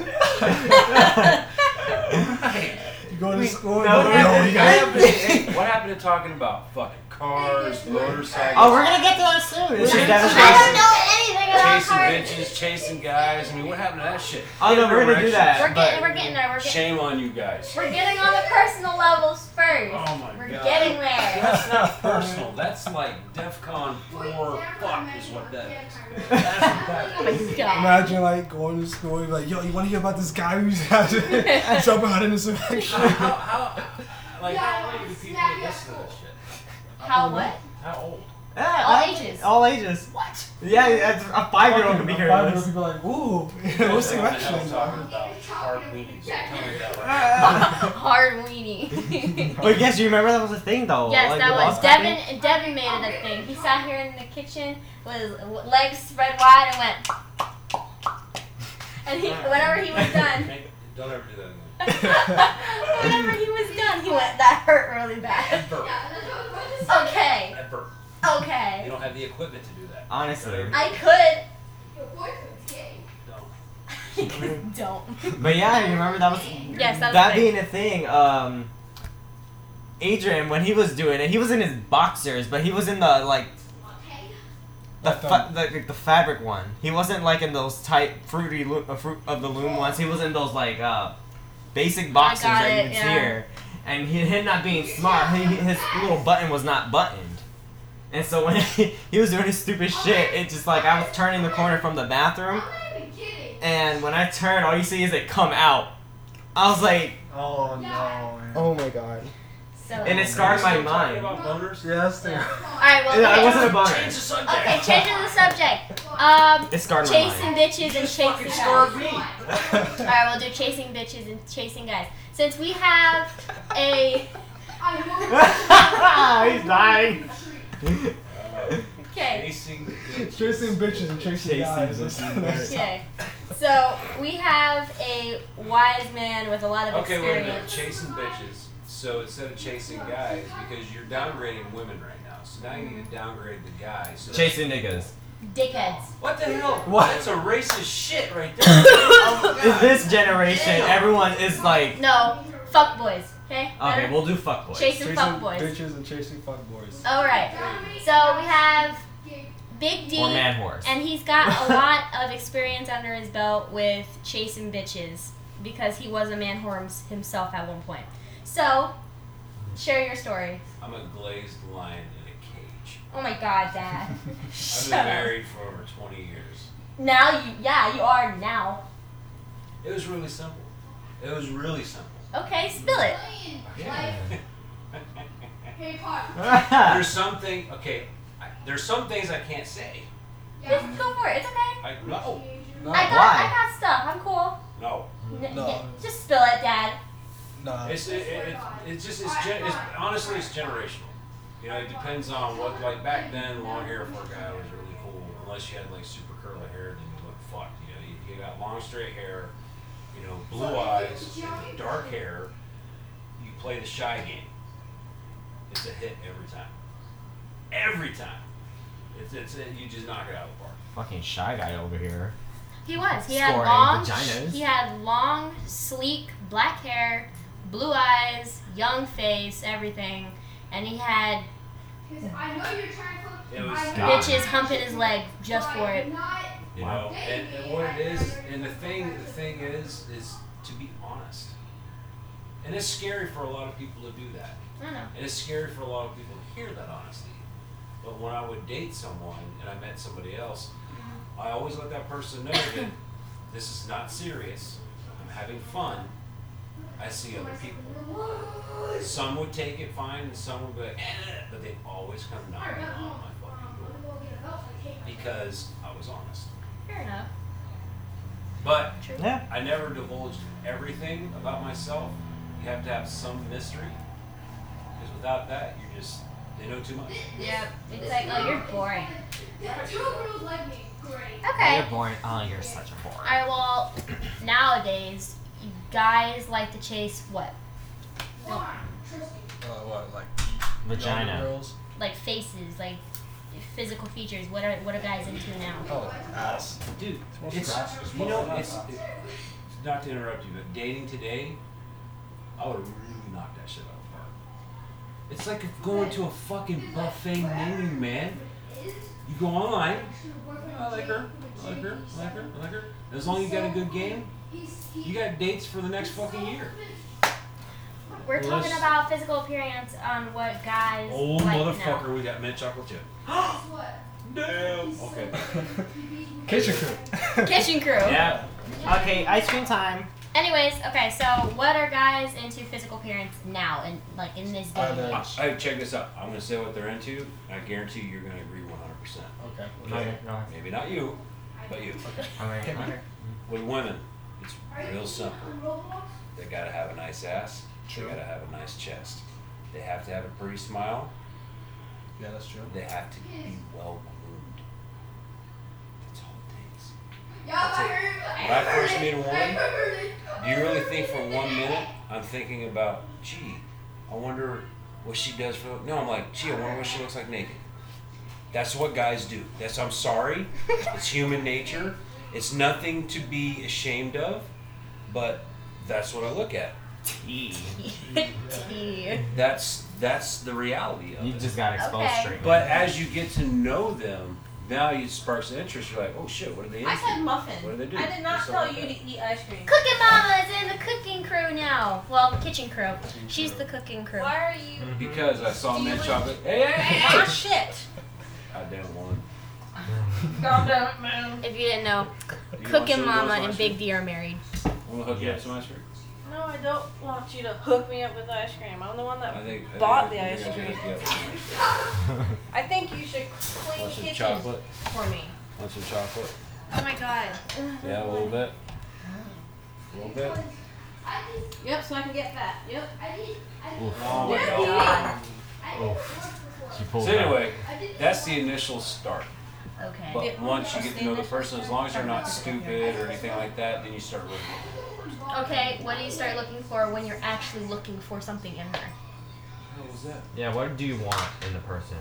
S7: Right.
S2: You go to
S5: Wait,
S2: school. and
S5: no,
S2: go-
S5: no, no, you
S7: What
S5: gotta-
S7: happened- what happened to talking about fucking cars, motorcycles?
S5: oh, we're gonna get to that soon. This is
S7: Chasing-
S5: devastating.
S7: Chasing bitches, chasing guys. I mean, what happened to that shit?
S5: Oh no, we're gonna do that.
S3: We're getting,
S5: but
S3: we're getting there. We're getting,
S7: Shame on you guys.
S3: we're getting on the personal levels first.
S7: Oh my
S3: we're
S7: God.
S3: getting there.
S7: That's not personal. That's like DEFCON 4 fuck is what that is.
S3: Oh my god.
S2: Imagine like going to school. You're like, yo, you want to hear about this guy who's jumping out into some
S7: How,
S2: action?
S7: how, like, how old are the people that listen to this shit?
S3: How what?
S7: How old?
S5: Yeah,
S3: All
S5: I-
S3: ages.
S5: All ages. What? Yeah, that's- a five-year-old could be here.
S2: Five
S5: with
S2: year
S5: us.
S2: people like, ooh, what's the
S7: Everyone else
S2: action?
S7: talking about hard movies. Tell me that one.
S3: Hard weenie.
S5: But yes, you remember that was a thing though.
S3: Yes,
S5: Oh, like
S3: that
S5: the
S3: was
S5: boss
S3: Devin.
S5: puppy?
S3: Devin made it a thing. He sat here in the kitchen with his legs spread wide and went. And he, whenever he was done,
S7: Hey, Don't ever do that. again.
S3: whenever he was done, he went. That hurt really bad.
S7: Ever.
S3: Okay,
S7: Ever. You
S3: okay.
S7: don't have the equipment to do that.
S5: Honestly.
S3: I could.
S7: Don't.
S3: Don't.
S5: But yeah, you remember that was
S3: Yes, that was
S5: that
S3: a thing.
S5: being a thing. Um, Adrian when he was doing it, he was in his boxers, but he was in the like the
S2: Like
S5: fa- the, like, the fabric one. He wasn't like in those tight fruity lo- uh, fruit of the loom ones. He was in those like uh, basic boxers
S3: got
S5: that
S3: it,
S5: you could
S3: yeah.
S5: hear. And he, him not being smart, he, he- his little button was not buttoned. And so when he, he was doing his stupid
S3: Oh
S5: shit, it just like I was turning the corner from the bathroom, and when I turn, all you see is it come out. I was like,
S8: Oh no. Man.
S2: Oh my god.
S3: So.
S5: and it
S3: All
S5: scarred my
S7: Still talking
S5: mind.
S7: about boners?
S2: Yes, they
S3: right. Well.
S5: Yeah, I
S3: okay.
S5: wasn't a boner.
S7: Change the subject.
S3: Okay, changing the subject. Um,
S5: It scarred my
S3: chasing
S5: mind.
S3: bitches and chasing
S7: Fucking
S3: guys.
S7: scarred me.
S3: All right, we'll do chasing bitches and chasing guys. Since we have a
S5: He's dying.
S3: okay.
S7: Chasing
S2: Chasing bitches and chasing
S5: Chasing
S2: guys.
S5: bitches.
S2: That's-
S3: Okay. So we have a wise man with a lot of
S7: Okay, wait a minute.
S3: experience.
S7: Chasing bitches. So instead of chasing guys, because you're downgrading women right now, so now you need to downgrade the guys. So
S5: Chasing niggas.
S3: Dickheads.
S7: What the hell?
S5: What?
S7: That's a racist shit right Oh there.
S5: In this generation, everyone is like,
S3: No, fuck boys. Okay.
S5: okay, we'll do fuckboys.
S3: Chasing
S2: Chasing
S3: fuckboys.
S2: bitches and chasing fuckboys.
S3: All right. So we have Big D,
S5: Or man horse.
S3: and he's got a lot of experience under his belt with chasing bitches because he was a man whore hims- himself at one point. So, share your story.
S7: I'm a glazed lion in a cage.
S3: Oh my God, Dad.
S7: I've
S3: Shut
S7: been
S3: up.
S7: married for over 20 years.
S3: Now you, yeah, you are now.
S7: It was really simple. It was really simple.
S3: Okay, spill it.
S7: there's something. Okay, I, there's some things I can't say.
S3: Just go for it. It's okay.
S7: I no,
S2: No,
S3: I got,
S5: Why?
S3: I got stuff. I'm cool.
S7: no.
S3: N-
S2: No.
S3: yeah, just spill it, Dad.
S2: nah.
S7: It's it, it, it, it's just it's, gen, it's honestly it's generational. You know, it depends on what like back then long hair for a guy was really cool. Unless you had like super curly hair, then you looked fucked. You know, if you got long straight hair, you know, blue eyes, and dark hair, you play the shy game. It's a hit every time. Every time. It's it's you just knock it out of the park.
S5: Fucking shy guy over here.
S3: He was. He had
S5: Scoring
S3: long.
S5: vaginas.
S3: He had long, sleek black hair, blue eyes, young face, everything, and he had
S7: It was
S5: God.
S3: bitches humping his leg just for it.
S7: You
S5: Wow.
S7: know, and, and what it is, and the thing, the thing is, is to be honest. And it's scary for a lot of people to do that.
S3: I don't know.
S7: And it's scary for a lot of people to hear that honesty. But when I would date someone and I met somebody else, I always let that person know that this is not serious. I'm having fun. I see other people. Some would take it fine, and some would be like, eh, but they always come knocking on my fucking door. because I was honest.
S4: Fair enough.
S7: But
S5: Yeah.
S7: I never divulged everything about myself. You have to have some mystery, because without that, you're just they know too much.
S3: Yep. It's like, oh, you're boring.
S5: You're
S3: Okay.
S5: boring. Oh, you're such a bore.
S3: Alright, well, nowadays, you guys like to chase what?
S8: Uh, what, like younger
S5: Vagina.
S8: girls?
S3: Like faces, like physical features. What are what are guys into now?
S8: Oh, ass.
S7: Dude,
S8: It's
S7: it's,
S8: mostly
S7: you know,
S8: crap.
S7: it's, it- not to interrupt you, but dating today, I would have really knocked that shit out of the park. It's like if going to a fucking buffet menu, man. You go online. I like her. I like her. I like her. I like her. As long as you got a good game, you got dates for the next fucking year.
S3: We're
S7: Well,
S3: talking
S7: let's-
S3: about physical appearance on what guys
S7: Old
S3: like
S7: motherfucker,
S3: now.
S7: we got mint chocolate chip. Damn. Oh, Okay.
S8: Kitchen crew.
S3: Kitchen crew.
S7: Yeah.
S5: Okay, ice cream time.
S3: Anyways, okay, so what are guys into physical appearance now and like in this day? and
S8: Either-
S7: I,
S3: age?
S7: I check this out. I'm gonna say what they're into. I guarantee you're gonna agree 100. percent
S8: Okay.
S5: Okay. No.
S7: Maybe not you, but you.
S5: Okay.
S8: Okay.
S7: With women, it's real simple. They gotta have a nice ass. They gotta have a nice chest. They have to have a pretty smile.
S8: Yeah, that's true.
S7: They have to be well groomed. That's all it takes. When I first meet a woman, do you really think for one minute I'm thinking about, gee, I wonder what she does for? No, I'm like, gee, I wonder what she looks like naked. That's what guys do. That's I'm sorry. It's human nature. It's nothing to be ashamed of, but that's what I look at.
S5: Tea.
S7: That's that's the reality of
S5: You
S7: it.
S5: just got exposed
S3: Okay.
S5: straight.
S7: But uh, as you get to know them, now you sparks an interest. You're like, oh shit, what are they into?
S9: I said muffin.
S7: What do they do?
S9: I did not
S7: Just
S9: tell
S7: like
S9: you
S7: that.
S9: to eat ice cream.
S3: Cooking Mama is in the cooking crew now. Well, kitchen crew. She's the cooking crew.
S9: Why are you?
S7: Hmm. because I saw
S9: Do you
S7: men
S9: like-
S7: chocolate. Hey, hey, hey!
S9: Ah shit!
S7: I damn woman.
S9: Calm down, man.
S3: If you didn't know,
S7: Do you want some
S3: Cooking
S7: of those
S3: Mama and
S7: ice
S3: Big
S7: cream?
S3: D are married.
S7: Wanna hook you up
S5: Yes.
S7: some ice cream?
S9: No, I don't want you to hook me up with ice cream. I'm the one
S7: I
S9: that.
S7: think. I
S9: Bought
S7: think
S9: the
S7: I
S9: ice
S7: think I
S9: cream.
S7: should hook you up.
S9: I think you should clean
S7: Want some
S9: kitchen
S7: chocolate?
S9: for me.
S7: Want some chocolate?
S9: Oh my god.
S7: Yeah, a little bit. A little bit.
S9: Yep, so I can get fat. Yep.
S7: Oh my
S9: Yeah,
S7: god.
S5: She pulled
S7: So
S5: it out.
S7: anyway, that's the initial start.
S3: Okay.
S7: But once you get to know the person, as long as they're not stupid or anything like that, then you start looking.
S3: Okay, what do you start looking for when you're actually looking for something in her?
S7: What was that?
S5: Yeah, what do you want in the person?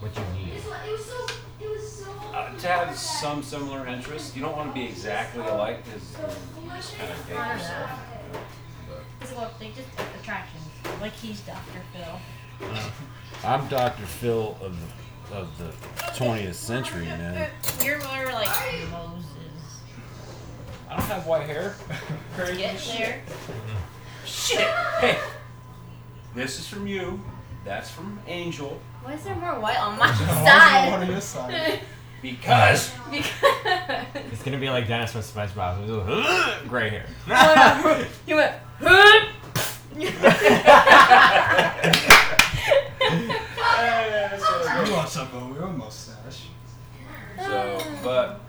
S5: What you need?
S7: Uh, to have some similar interests. You don't want to be exactly alike because you just kind of date yourself. you know?
S3: Physical, they just attractions. Like he's Dr. Phil.
S7: I'm Dr. Phil of the, of the 20th century, man.
S3: You're more like Moses.
S7: I don't have white hair. Crazy
S3: Get
S7: shit.
S3: there.
S7: Shit. Hey, this is from you. That's from Angel.
S3: Why is there more white on my
S2: One
S3: side?
S2: on your side.
S7: Because
S9: Because.
S5: It's gonna be like Dennis from SpongeBob. He's like, Gray hair.
S9: you went, huh?
S2: You want something with your mustache?
S7: so, but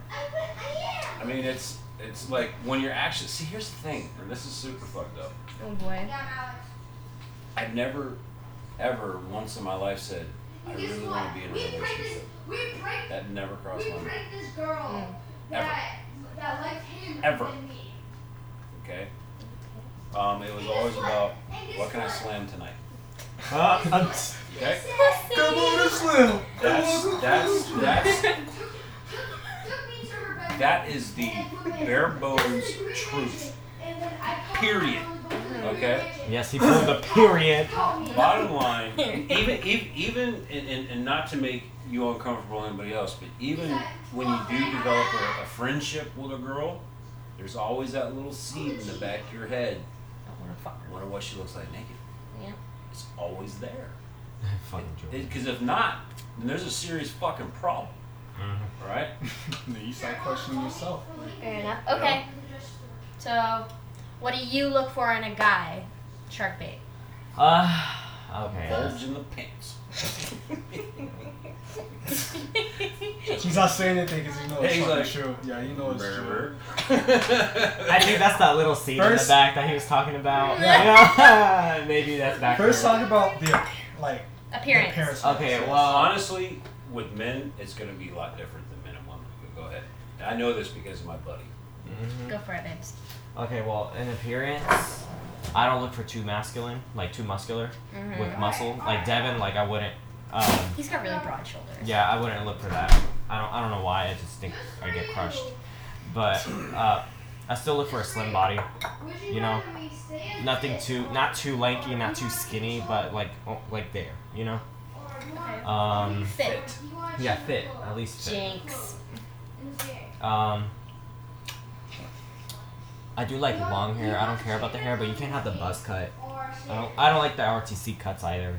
S7: I mean, it's it's like when you're actually see. Here's the thing, and this is super fucked up.
S3: Oh boy.
S7: I never, ever once in my life said I really want to be in a relationship. That never crossed my mind. Ever. Ever. Okay. Um, it was always about what can I slam tonight.
S5: Uh, uh,
S7: Okay.
S2: Come on, it's Slim.
S7: That's that's that's that is the bare bones truth. Period. Okay.
S5: yes, he pulled the period.
S7: Bottom line, even even even and, and, and not to make you uncomfortable or anybody else, but even when you do develop a, a friendship with a girl, there's always that little seed in the back of your head.
S3: I wanna fuck her.
S7: Wonder what she looks like naked.
S3: Yeah.
S7: It's always there.
S5: Fucking Jordan.
S7: Because if not, then there's a serious fucking problem.
S5: Mhm.
S7: All right.
S2: You start questioning yourself.
S3: Fair enough. Okay. So, what do you look for in a guy? Shark bait.
S5: Uh, okay.
S7: Bulge in the pants. it.
S2: He's not saying anything because he knows it's
S7: He's
S2: fucking
S7: like-
S2: true. Yeah, he knows it's true.
S5: I think that's that little seed in the
S2: First-
S5: back that he was talking about. Maybe that's back.
S2: First,
S5: there.
S2: talk about the like
S3: Appearance.
S2: The appearance.
S5: Okay, well,
S7: Uh, Honestly, with men, it's going to be a lot different than men and women. But Go ahead. And I know this because of my buddy.
S3: Go for it, babes.
S5: Okay, well, in appearance, I don't look for too masculine, like too muscular with muscle. Like Devin, like I wouldn't. Um,
S3: Mm-hmm. He's got really broad shoulders.
S5: yeah, I wouldn't look for that. I don't. I don't know why. I just think I get crushed. But uh, I still look for a slim body. You know, nothing too, not too lanky, not too skinny, but like, oh, like there. You know. Um,
S3: Fit.
S5: yeah, fit at least. Fit.
S3: Jinx.
S5: Um, I do like long hair. I don't care about the hair, but you can't have the buzz cut. I don't, I don't like the RTC cuts either.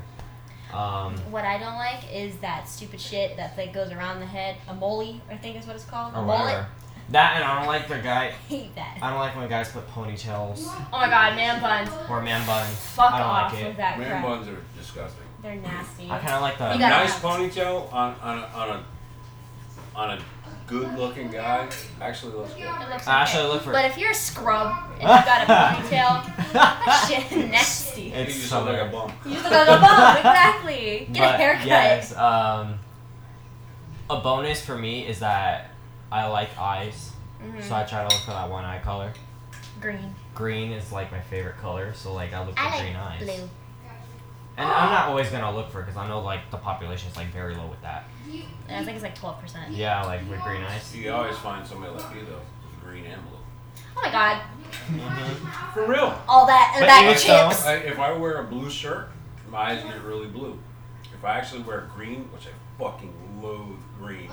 S5: Um,
S3: What I don't like is that stupid shit that like goes around the head. A mole, I think is what it's called. A
S5: or
S3: mullet.
S5: Oh, whatever. That and I don't like the guy.
S3: Hate that.
S5: I don't like when guys put ponytails
S3: Oh my god, man buns.
S5: or man buns.
S3: Fuck
S5: I don't
S3: off
S5: like
S3: with
S5: it.
S3: that
S7: Man
S3: crap.
S7: buns are disgusting.
S3: They're nasty.
S5: I kind of like
S7: A
S3: You
S5: the.
S3: gotta
S7: nice
S3: have-
S7: ponytail on, on, a, on a on a good looking guy actually looks good.
S3: It looks okay.
S5: I actually look for.
S3: But if you're a scrub and you got a ponytail, that shit nasty.
S7: You
S5: it's
S7: just
S5: so
S7: look like a
S5: weird.
S7: bum.
S3: You look like a bum, exactly. Get a
S5: But,
S3: haircut.
S5: Yes. Um, a bonus for me is that I like eyes,
S3: Mhm.
S5: so I try to look for that one eye color.
S3: Green.
S5: green is like my favorite color, so like I look for
S3: I like
S5: green eyes.
S3: Blue.
S5: And I'm not always gonna look for because I know like the population is like very low with that.
S3: And I think it's like 12%.
S5: Yeah, like with green eyes.
S7: You always find somebody like you though, with a green envelope.
S3: Oh my god.
S5: Mhm.
S7: For real.
S3: All that
S5: But
S3: that
S5: even so-
S3: chips.
S7: I, if I wear a blue shirt, my eyes get really blue. If I actually wear green, which I fucking loathe green,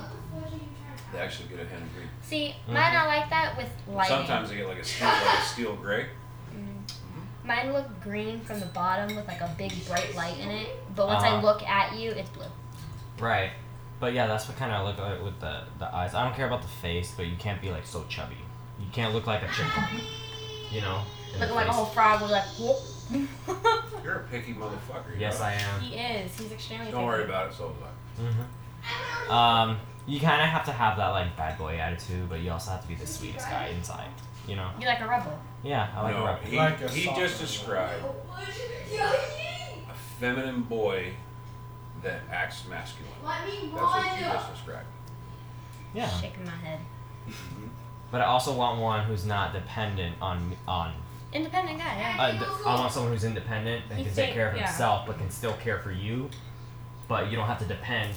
S7: they actually get a hint of green.
S3: See,
S5: Mm-hmm.
S3: mine are like that with lighting.
S7: Sometimes I get like a steel, like a steel gray.
S3: Mm-hmm. Mine look green from the bottom with like a big bright light in it, but once I
S5: Uh-huh.
S3: look at you, it's blue.
S5: Right. But yeah, that's what kind of I look like with the the eyes. I don't care about the face, but you can't be like so chubby. You can't look like a chicken. You know. in the
S3: Looking like a
S5: face.
S3: whole frog with like whoop.
S7: You're a picky motherfucker. you
S5: Yes,
S7: know?
S5: I am.
S3: he is. He's extremely.
S7: Don't worry
S3: picky.
S7: about it. So do I.
S5: Mhm. Um, you kind of have to have that like bad boy attitude, but you also have to be the sweetest guy inside. You know.
S3: You're like a rebel.
S5: Yeah, I like a
S7: no,
S5: rep.
S7: he,
S2: Like a
S7: he
S2: soft
S7: just
S2: one.
S7: described a feminine boy that acts masculine. That's what you just described.
S5: Yeah.
S3: Shaking my head.
S5: But I also want one who's not dependent on on.
S3: Independent guy. Yeah.
S5: Uh, th- I want someone who's independent and
S3: You
S5: can
S3: think-
S5: take care of
S3: yeah.
S5: himself, but can still care for you. But you don't have to depend.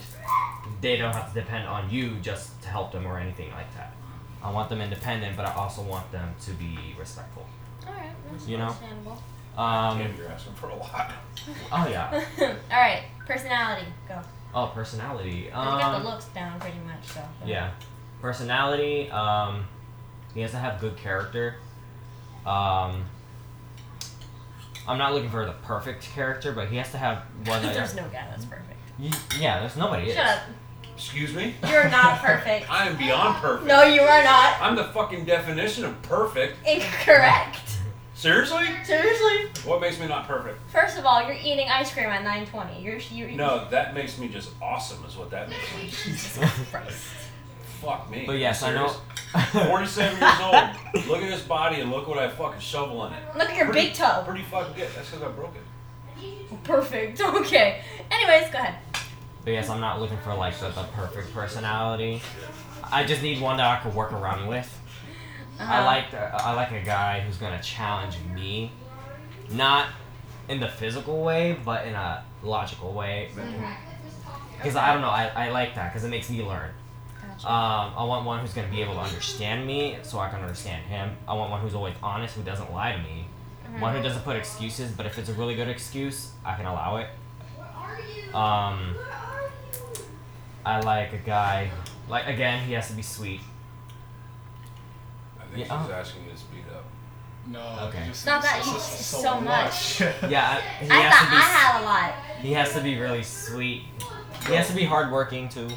S5: They don't have to depend on you just to help them or anything like that. I want them independent, but I also want them to be respectful.
S3: All right. That's
S5: Uh, you know?
S3: Understandable.
S5: Um,
S7: Damn, you're asking for a lot.
S5: oh yeah.
S3: All right. Personality. Go.
S5: Oh, personality.
S3: We got the
S5: Um,
S3: looks down pretty much. So.
S5: yeah, personality. Um, he has to have good character. Um, I'm not looking for the perfect character, but he has to have one that
S3: There's no guy that's perfect.
S5: Y- Yeah, there's nobody. is.
S3: Shut up.
S7: Excuse me.
S3: You're not perfect.
S7: I am beyond perfect.
S3: No, you are not.
S7: I'm the fucking definition of perfect.
S3: Incorrect.
S7: Seriously?
S3: Seriously.
S7: What makes me not perfect?
S3: First of all, you're eating ice cream at 9:20. You're you. you-
S7: No, that makes me just awesome. Is what that makes me.
S3: Christ.
S7: Fuck me.
S5: But yes, I know.
S7: Serious? 47 years old. Look at this body and look what I fucking shovel in it.
S3: Look at your
S7: Pretty-
S3: big toe.
S7: Pretty fucking good. That's because I broke it.
S3: Perfect. Okay. Anyways, go ahead.
S5: But yes, I'm not looking for like the, the perfect personality. I just need one that I can work around with. I
S3: Uh-huh.
S5: like the, I like a guy who's gonna challenge me, not in the physical way, but in a logical way.
S4: Mm-hmm.
S5: Because I don't know, I, I like that because it makes me learn.
S3: Gotcha.
S5: Um, I want one who's gonna be able to understand me, so I can understand him. I want one who's always honest, who doesn't lie to me, one who doesn't put excuses. But if it's a really good excuse, I can allow it. Um, I like a guy. Like again, he has to be sweet.
S7: I
S5: Yeah,
S7: think she's
S5: oh.
S7: asking you to speed up.
S2: No.
S5: Okay.
S2: Just,
S3: Not that
S2: it's
S3: you-
S2: just
S3: so much.
S5: Yeah, I- he
S3: I
S5: has
S3: thought
S5: to be.
S3: I had a lot.
S5: He has to be really sweet. He has to be hardworking too.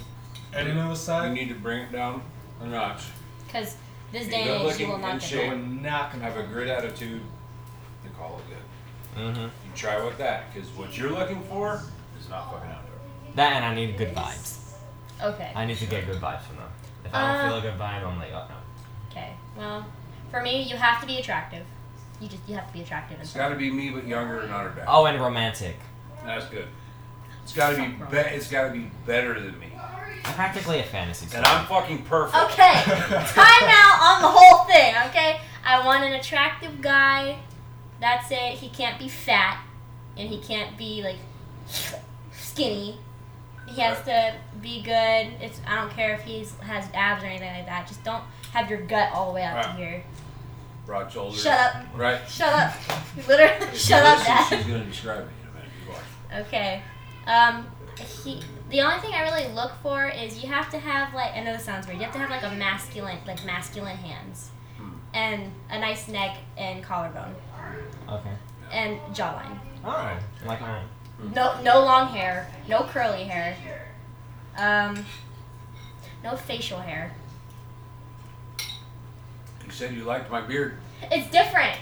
S2: And then it was
S7: You
S2: like,
S7: need to bring it down a notch.
S3: Cause this
S7: You
S3: day
S7: good
S3: and age, you
S7: looking
S3: will not
S7: and
S3: get
S7: shaped.
S2: we're not gonna
S7: Have a great attitude and call it good.
S5: hmm
S7: You try with that because what you're looking for is not fucking out there.
S5: That and I need good vibes.
S3: Okay.
S5: I need to get good vibes from them. If I don't
S3: Uh,
S5: feel a good vibe, I'm like, oh no.
S3: Okay. Well, for me, you have to be attractive. You just you have to be attractive. And
S7: It's got to be me, but younger and not bad.
S5: Oh, and romantic.
S7: That's good. It's got to be, be It's got to be better than me.
S5: I'm practically a fantasy.
S7: And
S5: story.
S7: I'm fucking perfect.
S3: Okay. Time out on the whole thing. Okay. I want an attractive guy. That's it. He can't be fat, and he can't be like skinny. He has to be good. It's I don't care if he's has abs or anything like that. Just don't have your gut all the way out to
S7: Right.
S3: here.
S7: Broad shoulders.
S3: Shut up.
S7: Right.
S3: Shut up. You literally shut up, Dad.
S7: She's gonna describe me in a minute. You watch.
S3: Okay. Um, he, the only thing I really look for is you have to have like I know this sounds weird. You have to have like a masculine, like masculine hands,
S7: Hmm.
S3: and a nice neck and collarbone
S5: Okay.
S3: and jawline.
S5: Oh, like mine.
S3: No, no long hair, no curly hair, um, no facial hair.
S7: You said you liked my beard,
S3: It's different.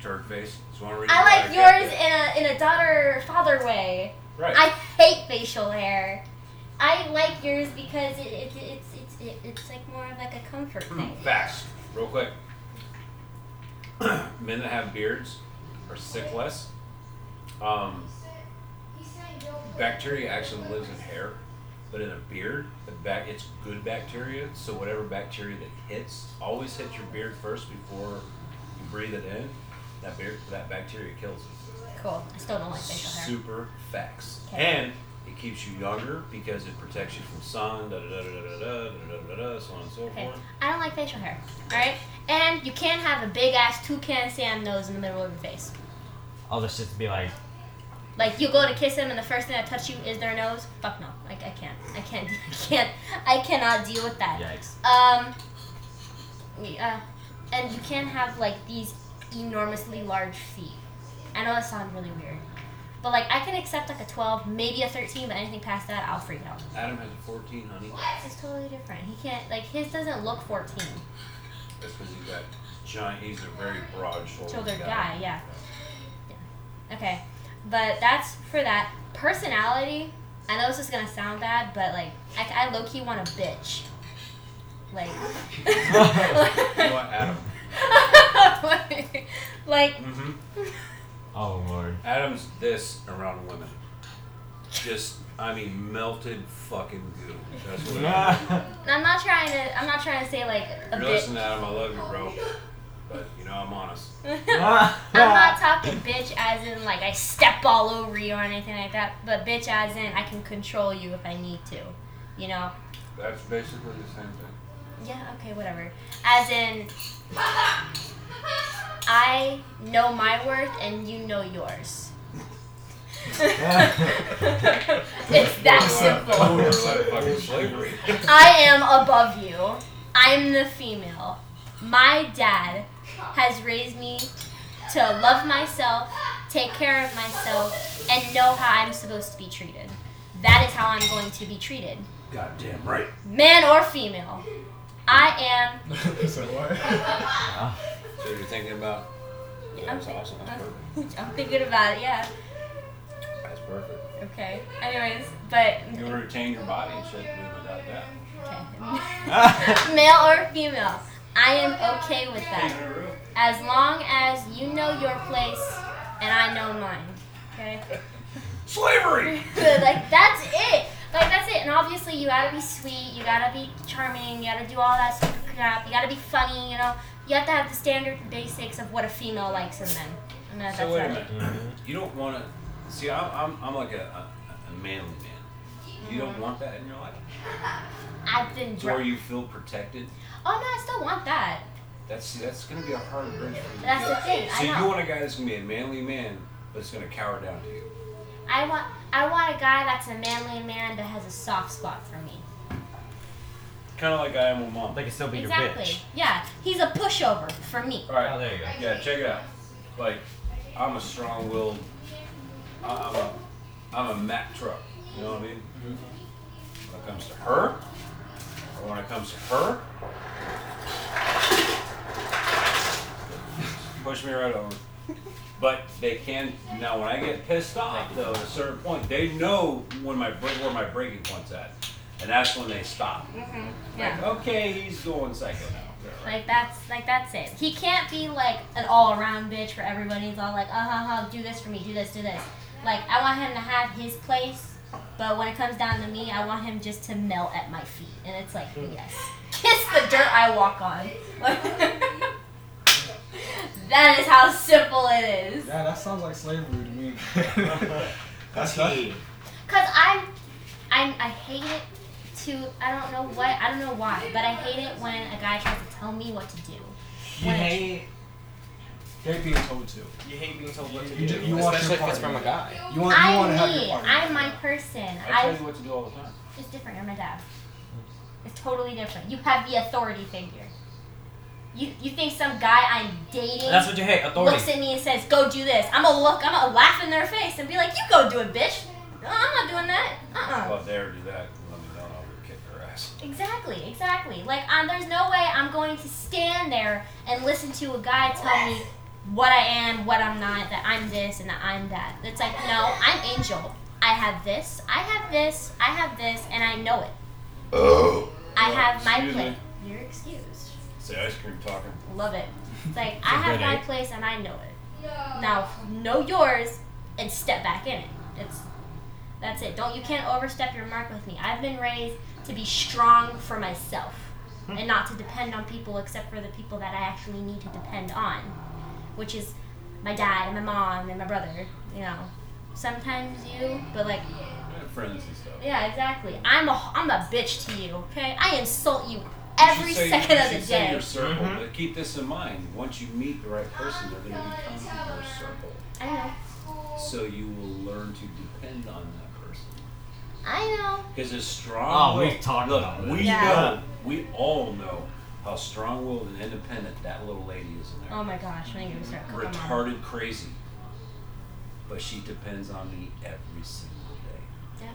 S7: turd face. It's one reason
S3: I
S7: why
S3: like
S7: got
S3: yours
S7: it.
S3: in a in a daughter father way.
S7: Right.
S3: I hate facial hair. I like yours because it, it, it's it's it, it's like more of like a comfort
S7: Hmm,
S3: thing.
S7: Facts, real quick. Men that have beards are sick less. Um, bacteria actually lives in hair, but in a beard, the back it's good bacteria. So whatever bacteria that hits, always hits your beard first before you breathe it in. That beard, that bacteria kills it.
S3: Cool. I still don't like facial hair.
S7: Super facts.
S3: Okay.
S7: And it keeps you younger because it protects you from sun, da da da da da da da da da da, so on and so
S3: Okay.
S7: forth.
S3: I don't like facial hair. Alright? And you can't have a big ass toucan Sam nose in the middle of your face.
S5: I'll just just be like,
S3: Like you go to kiss them and the first thing that touch you is their nose. Fuck no. Like I can't. I can't I can't I cannot deal with that.
S5: yikes.
S3: Um yeah. and you can't have like these enormously large feet. I know that sounds really weird. But like I can accept like a twelve, maybe a thirteen, but anything past that I'll freak out.
S7: Adam has a 14, honey.
S3: It's totally different. He can't like his doesn't look fourteen.
S7: That's because he's got giant. He's a very broad
S3: shouldered guy, yeah. yeah. Okay, but that's for that. Personality, I know this is gonna sound bad, but like, I, I low key want a bitch. Like,
S7: You know what, Adam?
S3: like,
S7: hmm
S5: Oh lord.
S7: Adam's this around women. Just, I mean, melted fucking goo. That's what. Adam is.
S3: I'm not trying to, I'm not trying to say like a
S7: You're
S3: bitch.
S7: listening, Adam. I love you, bro. But you know, I'm honest.
S5: Mm-hmm.
S3: I'm not talking bitch as in like I step all over you or anything like that, but bitch as in I can control you if I need to, you know.
S7: That's basically the same thing.
S3: Yeah, okay, whatever. As in, I know my worth and you know yours. it's that simple.
S7: We're like fucking slavery.
S3: I am above you. I'm the female. My dad has raised me to love myself, take care of myself, and know how I'm supposed to be treated. That is how I'm going to be treated,
S7: Goddamn right.
S3: man or female. I am
S2: so what?
S7: So you're thinking about? Yeah, that's awesome. That's perfect.
S3: I'm thinking about it, yeah.
S7: That's perfect.
S3: Okay. Anyways, but
S7: You retain your body and shit without that.
S3: okay. male or female, I am okay with that. As long as you know your place and I know mine. Okay?
S7: Slavery.
S3: like that's it. Like that's it. And obviously you gotta be sweet, you gotta be charming, you gotta do all that super crap, you gotta be funny, you know. You have to have the standard basics of what a female likes in men. And that, that's
S7: So wait a
S3: it.
S7: minute. You don't want to. See, I'm, I'm, I'm like a, a, a manly man. You
S3: Mm-hmm.
S7: don't want that in your life?
S3: I've been
S7: To where
S3: drunk.
S7: you feel protected?
S3: Oh no, I still want that.
S7: That's see, that's going to be a hard bridge for you.
S3: That's
S7: to
S3: the
S7: get.
S3: thing, I
S7: So you
S3: know.
S7: want a guy that's going to be a manly man, but it's going to cower down to you.
S3: I want I want a guy that's a manly man that has a soft spot for me.
S7: Kind of like I am with mom.
S5: They can still be
S3: Exactly.
S5: your bitch.
S3: Yeah, he's a pushover for me.
S7: All
S5: Oh,
S7: right.
S5: there you go.
S7: Yeah, check it out. Like, I'm a strong-willed. I- I'm a, I'm a Mack truck. You know what I mean? When it comes to her, or when it comes to her, push me right over. But they can now. When I get pissed off, though, at a certain point, they know when my bre- where my breaking point's at. and that's when they stop.
S3: Yeah.
S7: Like, okay, he's going psycho now.
S3: Like that's like that's it. He can't be like an all around bitch for everybody. He's all like, uh huh huh, do this for me, do this, do this. Like I want him to have his place, but when it comes down to me, I want him just to melt at my feet. And it's like,
S5: Hmm.
S3: yes, kiss the dirt I walk on. that is how simple it is.
S2: Yeah, that sounds like slavery to me.
S5: That's
S2: not-
S5: he.
S3: Cause I, I, I hate it to I don't know what I don't know why, but I hate it when a guy tries to tell me what to do.
S5: You hate.
S2: They're being told to.
S5: You hate being told what to
S2: You
S5: do.
S2: do- you want
S5: especially
S2: your
S5: if it's from
S2: partner.
S5: a guy.
S2: You want, you want to have
S3: I'm
S2: your
S3: me.
S2: partner.
S3: I'm my person.
S7: I
S3: I
S7: tell you what to do all the time.
S3: It's different. I'm a dad. It's totally different. You have the authority figure. You you think some guy I'm dating
S5: That's what you hate. Authority.
S3: looks at me and says, "Go do this." I'm gonna look. I'm gonna laugh in their face and be like, "You go do it, bitch." No, I'm not doing that. Uh uh
S7: Well, if they ever do that, let me know. and I would kick their ass.
S3: Exactly. Exactly. Like um, there's no way I'm going to stand there and listen to a guy tell me what I am, what I'm not, that I'm this and that I'm that. It's like, no, I'm Angel. I have this. I have this. I have this, and I know it. I have my
S7: Oh. Excuse
S3: place.
S7: me.
S3: You're excused.
S7: Say ice cream talking.
S3: Love it. It's like I have
S5: good
S3: my
S5: eight.
S3: place and I know it. Now know yours and step back in it. It's that's it. Don't you can't overstep your mark with me. I've been raised to be strong for myself
S7: Hmm.
S3: and not to depend on people except for the people that I actually need to depend on, which is my dad and my mom and my brother. You know, sometimes you, but like
S7: And friends and stuff.
S3: yeah, exactly. I'm a I'm a bitch to you. Okay, I insult you every
S7: You should say-
S3: second
S7: you
S3: of
S7: should
S3: the
S7: say
S3: day.
S7: Your circle,
S5: Mhm.
S7: but keep this in mind. Once you meet the right person, they're going to become your circle.
S3: I know.
S7: So you will learn to depend on that person.
S3: I know.
S7: Because as strong.
S5: Oh, we've talked
S7: look,
S5: about
S7: we
S5: this.
S3: Yeah.
S7: know, we all know how strong-willed and independent that little lady is in there.
S3: Oh my gosh, when you start cooking mom.
S7: Retarded, crazy. But she depends on me every single day.
S3: Yep.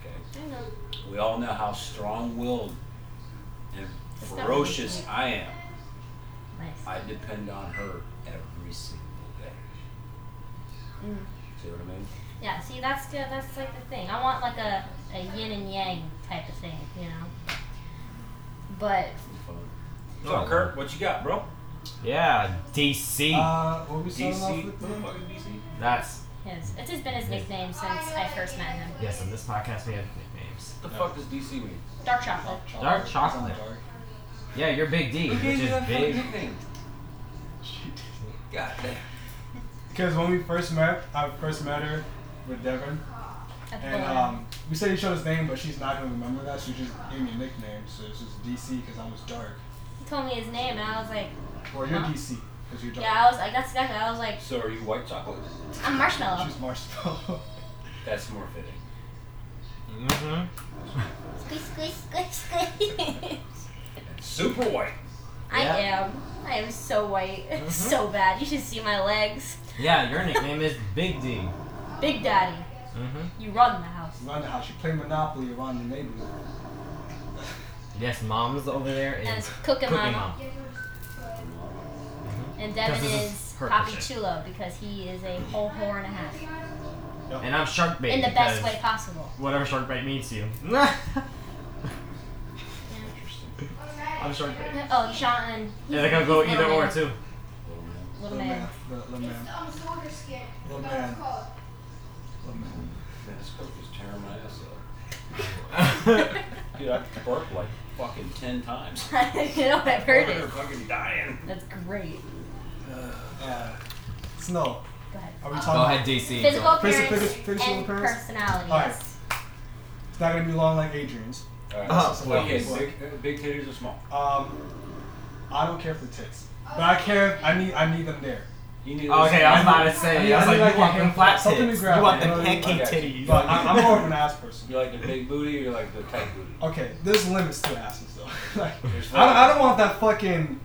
S7: Okay.
S3: I know.
S7: We all know how strong-willed and
S3: It's not
S7: ferocious
S3: really
S7: I am.
S3: Nice.
S7: I depend on her every single day.
S3: Mm.
S7: See what I mean?
S3: Yeah. See, that's good. That's like the thing. I want like a, a yin and yang type of thing, you know. But
S7: So, Kurt, what you got, bro?
S5: Yeah, DC.
S2: Uh, what we starting off
S7: DC,
S2: with? there?
S7: motherfucking DC.
S5: That's
S3: his it's just been his nickname since I first met him.
S5: yes. On this podcast, we have nicknames.
S7: What the fuck does DC mean?
S3: Dark chocolate.
S5: Dark chocolate. Yeah, you're Big D, which is
S7: fucking
S5: big.
S7: nickname? God damn.
S2: Because when we first met, I first met her with Devin,
S3: That's
S2: and
S3: the one.
S2: um, we said each other's name, but she's not gonna remember that. She just gave me a nickname, so it's just DC because I was dark,
S3: he told me his name and I was like,
S2: or you're
S3: Huh?
S2: DC because you're dark.
S3: yeah, I was like, that's exactly. I was like,
S7: So are you white chocolate?
S3: I'm marshmallow.
S2: She's marshmallow.
S7: That's more fitting.
S5: Mm-hmm.
S3: Squeeze, squeeze, squeeze, squeeze.
S7: Super white.
S3: I
S5: Yeah. Mm-hmm.
S3: am. I am so white. so bad. You should see my legs.
S5: Yeah, your nickname is Big D.
S3: Big Daddy,
S5: Mm-hmm.
S3: you run the house.
S2: around the house, she played Monopoly around the neighborhood.
S5: Yes, mom's over there
S3: And it's
S5: is
S3: Cooking
S5: cooking
S3: Mama.
S5: mom.
S3: And Devin
S5: Because this
S3: is
S5: is her
S3: Poppy
S5: shit.
S3: Chulo because he is a whole whore and a half.
S5: And I'm shark bait.
S3: In the best
S5: because
S3: way possible.
S5: Whatever shark bait means to you. I'm shark bait.
S3: Oh, Sean.
S5: Yeah, they can go either or too.
S3: Little
S2: Little man,
S3: man.
S2: the- little Oh, man, little man, little man.
S7: Man, this coke is tearing my ass up. Dude, I burped like fucking ten times.
S3: you know, I've heard
S7: Over here
S3: it.
S7: fucking dying.
S3: That's great.
S2: Uh, Snow,
S3: Go ahead.
S2: are we talking?
S5: Go ahead, DC.
S3: Physical
S2: Physical-
S3: appearance
S2: physical- physical
S3: and
S2: appearance?
S3: personality.
S2: All right.
S3: Yes.
S2: It's not gonna be long like Adrian's.
S5: Oh,
S2: Well,
S7: okay,
S2: please.
S7: big, big titties or small?
S2: Um, I don't care for the tits,
S4: uh,
S2: but I care. I need. I need them there.
S7: You need
S5: Oh, okay, I was about to say. I was
S2: I mean, like
S5: like, you want
S2: a
S5: them
S2: hand-
S5: flat tits.
S2: something to grab
S5: You want the
S2: at, you know,
S5: pancake
S7: okay.
S5: titties.
S2: But I, I'm more of an ass person.
S7: You like the big booty or you like the tight booty?
S2: Okay, there's limits to asses though. like,
S7: There's
S2: I, don't, I don't want that fucking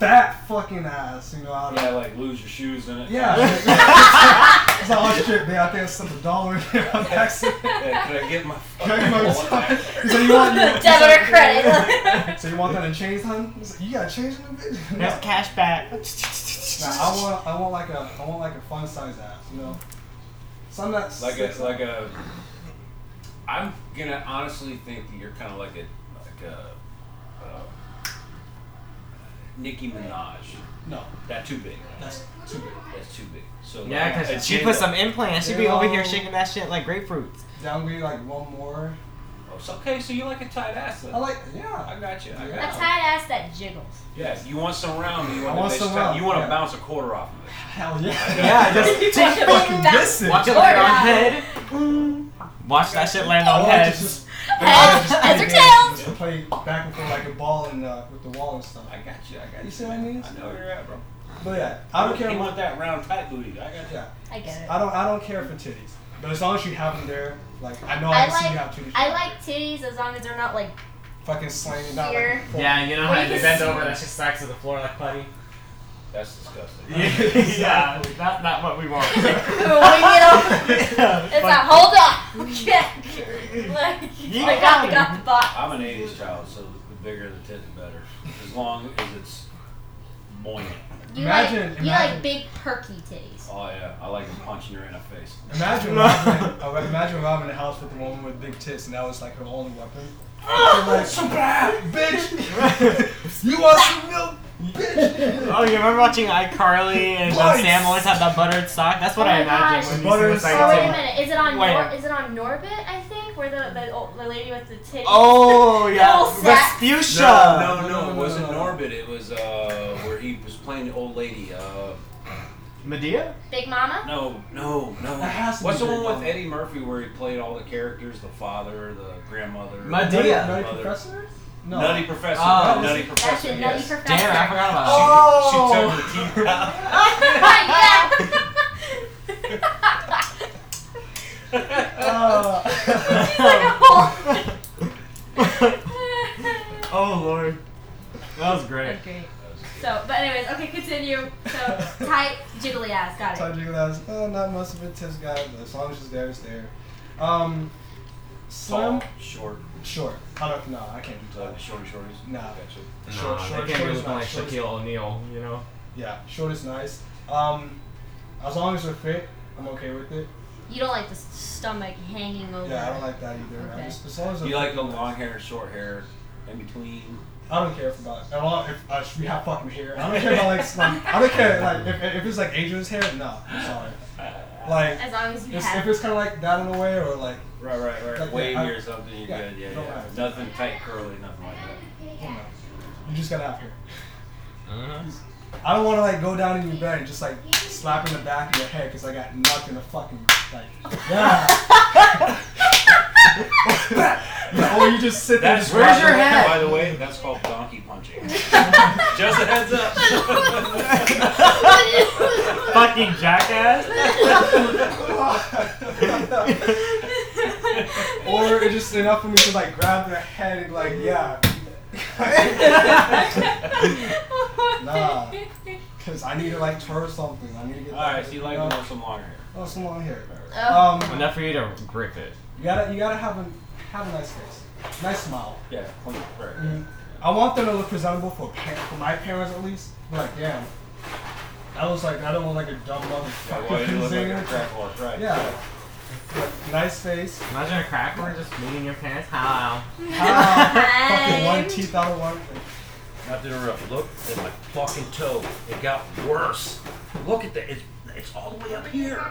S2: fat fucking ass. You know. I
S7: Yeah,
S2: don't,
S7: like lose your shoes in it.
S2: Um, yeah. it's like, oh shit, man! I think I slipped a dollar in there on accident.
S7: Yeah, could I get my fucking
S2: Very much
S7: wallet back?
S2: so you want you,
S3: Debit or credit.
S2: So you want that in change, hun? He's like, You got change in the bitch.
S5: There's
S2: No.
S5: cash back.
S2: Nah, I want I want like a I want like a fun size ass, you know. Some that's
S7: Like a like a. I I'm gonna honestly think that you're kind of like a like a uh, Nicki Minaj.
S2: No,
S7: That too big.
S2: that's too big.
S7: That's too big. So
S5: Yeah,
S7: like,
S5: because
S7: a
S5: she
S7: chin
S5: put
S7: up-
S5: some implants. She'd be over here
S2: Ew.
S5: shaking that shit like grapefruits.
S2: Downgrade like one more.
S7: Oh, so- okay, so you like a tight ass. Then.
S2: I like yeah.
S7: I got you. I
S3: A
S7: got you.
S3: tight ass that jiggles.
S7: Yes, you want some round. You
S2: I
S7: want,
S2: want
S7: that bitch
S2: some
S7: tight.
S2: round,
S7: You want to
S2: yeah.
S7: bounce a quarter off of it.
S2: Hell yeah.
S5: Yeah, just
S2: Just fucking miss it.
S5: watch it land on head. Oh, Watch that shit land on
S2: Or
S5: head.
S2: Oh, just-
S3: Heads, heads or tails.
S2: Just play back and forth like a ball and uh, with the wall and stuff.
S7: I got you. I got you.
S2: You see what I mean?
S7: I know where you're at, bro.
S2: But yeah, I don't care
S7: You
S2: about
S7: want that round tight booty. I got you.
S2: yeah.
S3: I get it.
S2: I don't I don't care for titties. But as long as you have them there, like I know I,
S3: I
S2: can see you
S3: like
S2: have titties.
S3: I like titties as long as they're not like
S2: fucking slaying not like
S3: here.
S5: Yeah, you know
S3: Well,
S5: how
S3: you
S5: you
S3: can
S5: bend
S3: see-
S5: over that shit sacks to the floor like putty?
S7: That's disgusting.
S5: yeah, that's not what we want.
S3: It's like hold up. Okay. like
S5: Yeah.
S3: I got the got the box.
S7: I'm an '80s child, so the bigger the tit, the better. As long as it's buoyant.
S3: You
S2: Imagine-
S3: like you like
S2: imagine.
S3: big perky titties.
S7: Oh yeah, I like punching her in the face.
S2: Imagine Robin, uh, imagine Robin in the house with a woman with big tits, and that was like her only weapon. like, bitch, you want some milk, bitch?
S5: Oh, you remember watching iCarly and when
S2: Nice.
S5: Sam always had that buttered sock? That's what
S3: Oh
S5: I
S3: my
S5: imagine
S3: gosh.
S5: when
S2: Buttered
S5: you see
S3: Oh
S5: sock.
S3: wait a minute, is it on
S5: Wait.
S3: Nor- is it on Norbit? I think where the the, old, the lady with the titties.
S5: Oh, yeah.
S3: Little sack.
S5: Vespucia.
S7: No, no, it wasn't
S2: no, no.
S7: Norbit. It was uh, where he was playing the old lady. Uh,
S5: Medea?
S3: Big Mama.
S7: no, no, no.
S2: That has to
S7: What's
S2: be
S7: the one
S2: Big
S7: with
S2: Mama.
S7: Eddie Murphy where he played all the characters, the father, the grandmother,
S5: Mud-
S2: Nutty,
S5: Yeah.
S2: nutty
S7: Mother.
S2: professor? No.
S7: Nutty Professor,
S5: Oh.
S7: Nutty
S3: That's
S7: Professor.
S3: a nutty
S7: yes.
S3: professor.
S5: Damn, I forgot about that.
S2: Oh.
S7: She took her teeth out.
S3: yeah.
S2: Uh,
S3: She's like a whole.
S5: oh, Lord. That was great.
S3: Okay. So, but anyways, okay, continue. So tight, jiggly ass, got it.
S2: Todd Jiggles, oh, not much of a tits guy, but as long as she's there, it's there. Um, slim,
S7: Tall, short,
S2: short. I don't know. I can't do
S7: uh,
S2: that.
S7: shorty shorties.
S2: Nah.
S7: Gotcha.
S2: Short,
S5: Nah,
S2: short, short
S5: they can't be
S2: is
S5: looking
S2: not-
S5: like
S2: short is-
S5: Shaquille O'Neal, you know?
S2: Yeah, short is nice. Um, as long as they're fit, I'm okay with it.
S3: You don't like the s- stomach hanging over.
S2: Yeah, I don't like that either. I
S3: Okay.
S2: just, as long as
S7: You
S2: I'm-
S7: like the long hair, short hair, in between.
S2: I don't care if about at all if uh, we have fucking hair. I don't care about like, like I don't care like if, if it's like Adrian's hair. No, I'm sorry. Like
S3: As long as you
S2: it's, if
S3: have.
S2: it's kind of like that in a way or like
S7: Right, right, right.
S2: Like,
S7: Wavy
S2: yeah, I-
S7: or something, you're
S2: yeah,
S7: good. Yeah,
S2: don't
S7: yeah.
S2: matter.
S7: Nothing tight, curly, nothing like that.
S2: you know, you just gotta have hair.
S5: Uh-huh.
S2: I don't want to like go down in your bed and just like slap in the back of your head because I got nothing to fucking like. Yeah. or you just sit there. just
S5: Where's
S2: rock
S5: your
S2: it.
S5: hat?
S7: By the way, that's called donkey punching. Just a heads up.
S5: Fucking jackass.
S2: Or it's just enough for me to like grab their head and like yeah, Nah. because I need to like twirl something. I need to get.
S7: All
S2: that-
S7: right, so you like
S2: know?
S7: more some longer hair.
S2: Oh, some long hair.
S3: Oh.
S2: Um,
S5: Enough for you to grip it.
S2: you gotta you gotta have a have a nice face, nice smile.
S7: Yeah, clean, right.
S2: Mhm. I want them to look presentable for pa- for my parents at least. Like damn, I was like I don't want like a dumb
S7: Yeah, well,
S2: motherfucker
S7: you look like
S2: singing.
S7: a crack horse, right?
S2: yeah. Nice face.
S5: Imagine a cracker just meeting your pants. How?
S2: Ah, fucking one teeth out of one.
S7: Not to interrupt. Look at my fucking toe. It got worse. Look at that. It's it's all the way up here.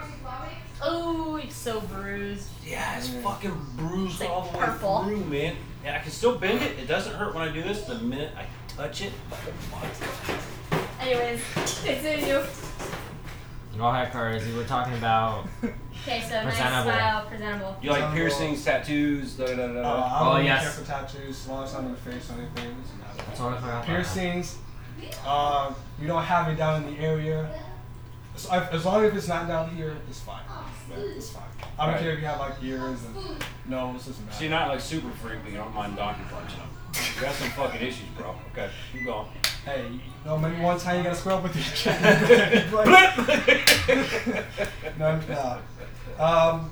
S3: Oh, it's so bruised.
S7: Yeah, it's fucking bruised
S3: It's like
S7: all the
S3: purple.
S7: way through, man. Yeah, I can still bend it. It doesn't hurt when I do this. The minute I touch it, oh my
S3: Anyways, continue.
S5: Go ahead, Curtis. You were talking about.
S3: Okay, so nice
S5: Presentable.
S3: smile, presentable.
S7: You like piercings, tattoos, da da da.
S2: Uh,
S7: da.
S2: I don't
S5: Oh,
S2: really
S5: yes.
S2: care for tattoos, as long as I'm in the face or anything. it doesn't matter.
S5: That's what I forgot about.
S2: Piercings, uh, we don't have it down in the area. So I, as long as it's not down here, it's fine. Yeah, it's fine. I don't
S7: Right.
S2: care if you have like ears and nose, it doesn't matter.
S7: So you're not like super freak, but you don't mind donkey punching them. You got some fucking issues, bro. Okay, keep going.
S2: hey, you know, maybe one time you gotta square up with your chin. no, no. Um,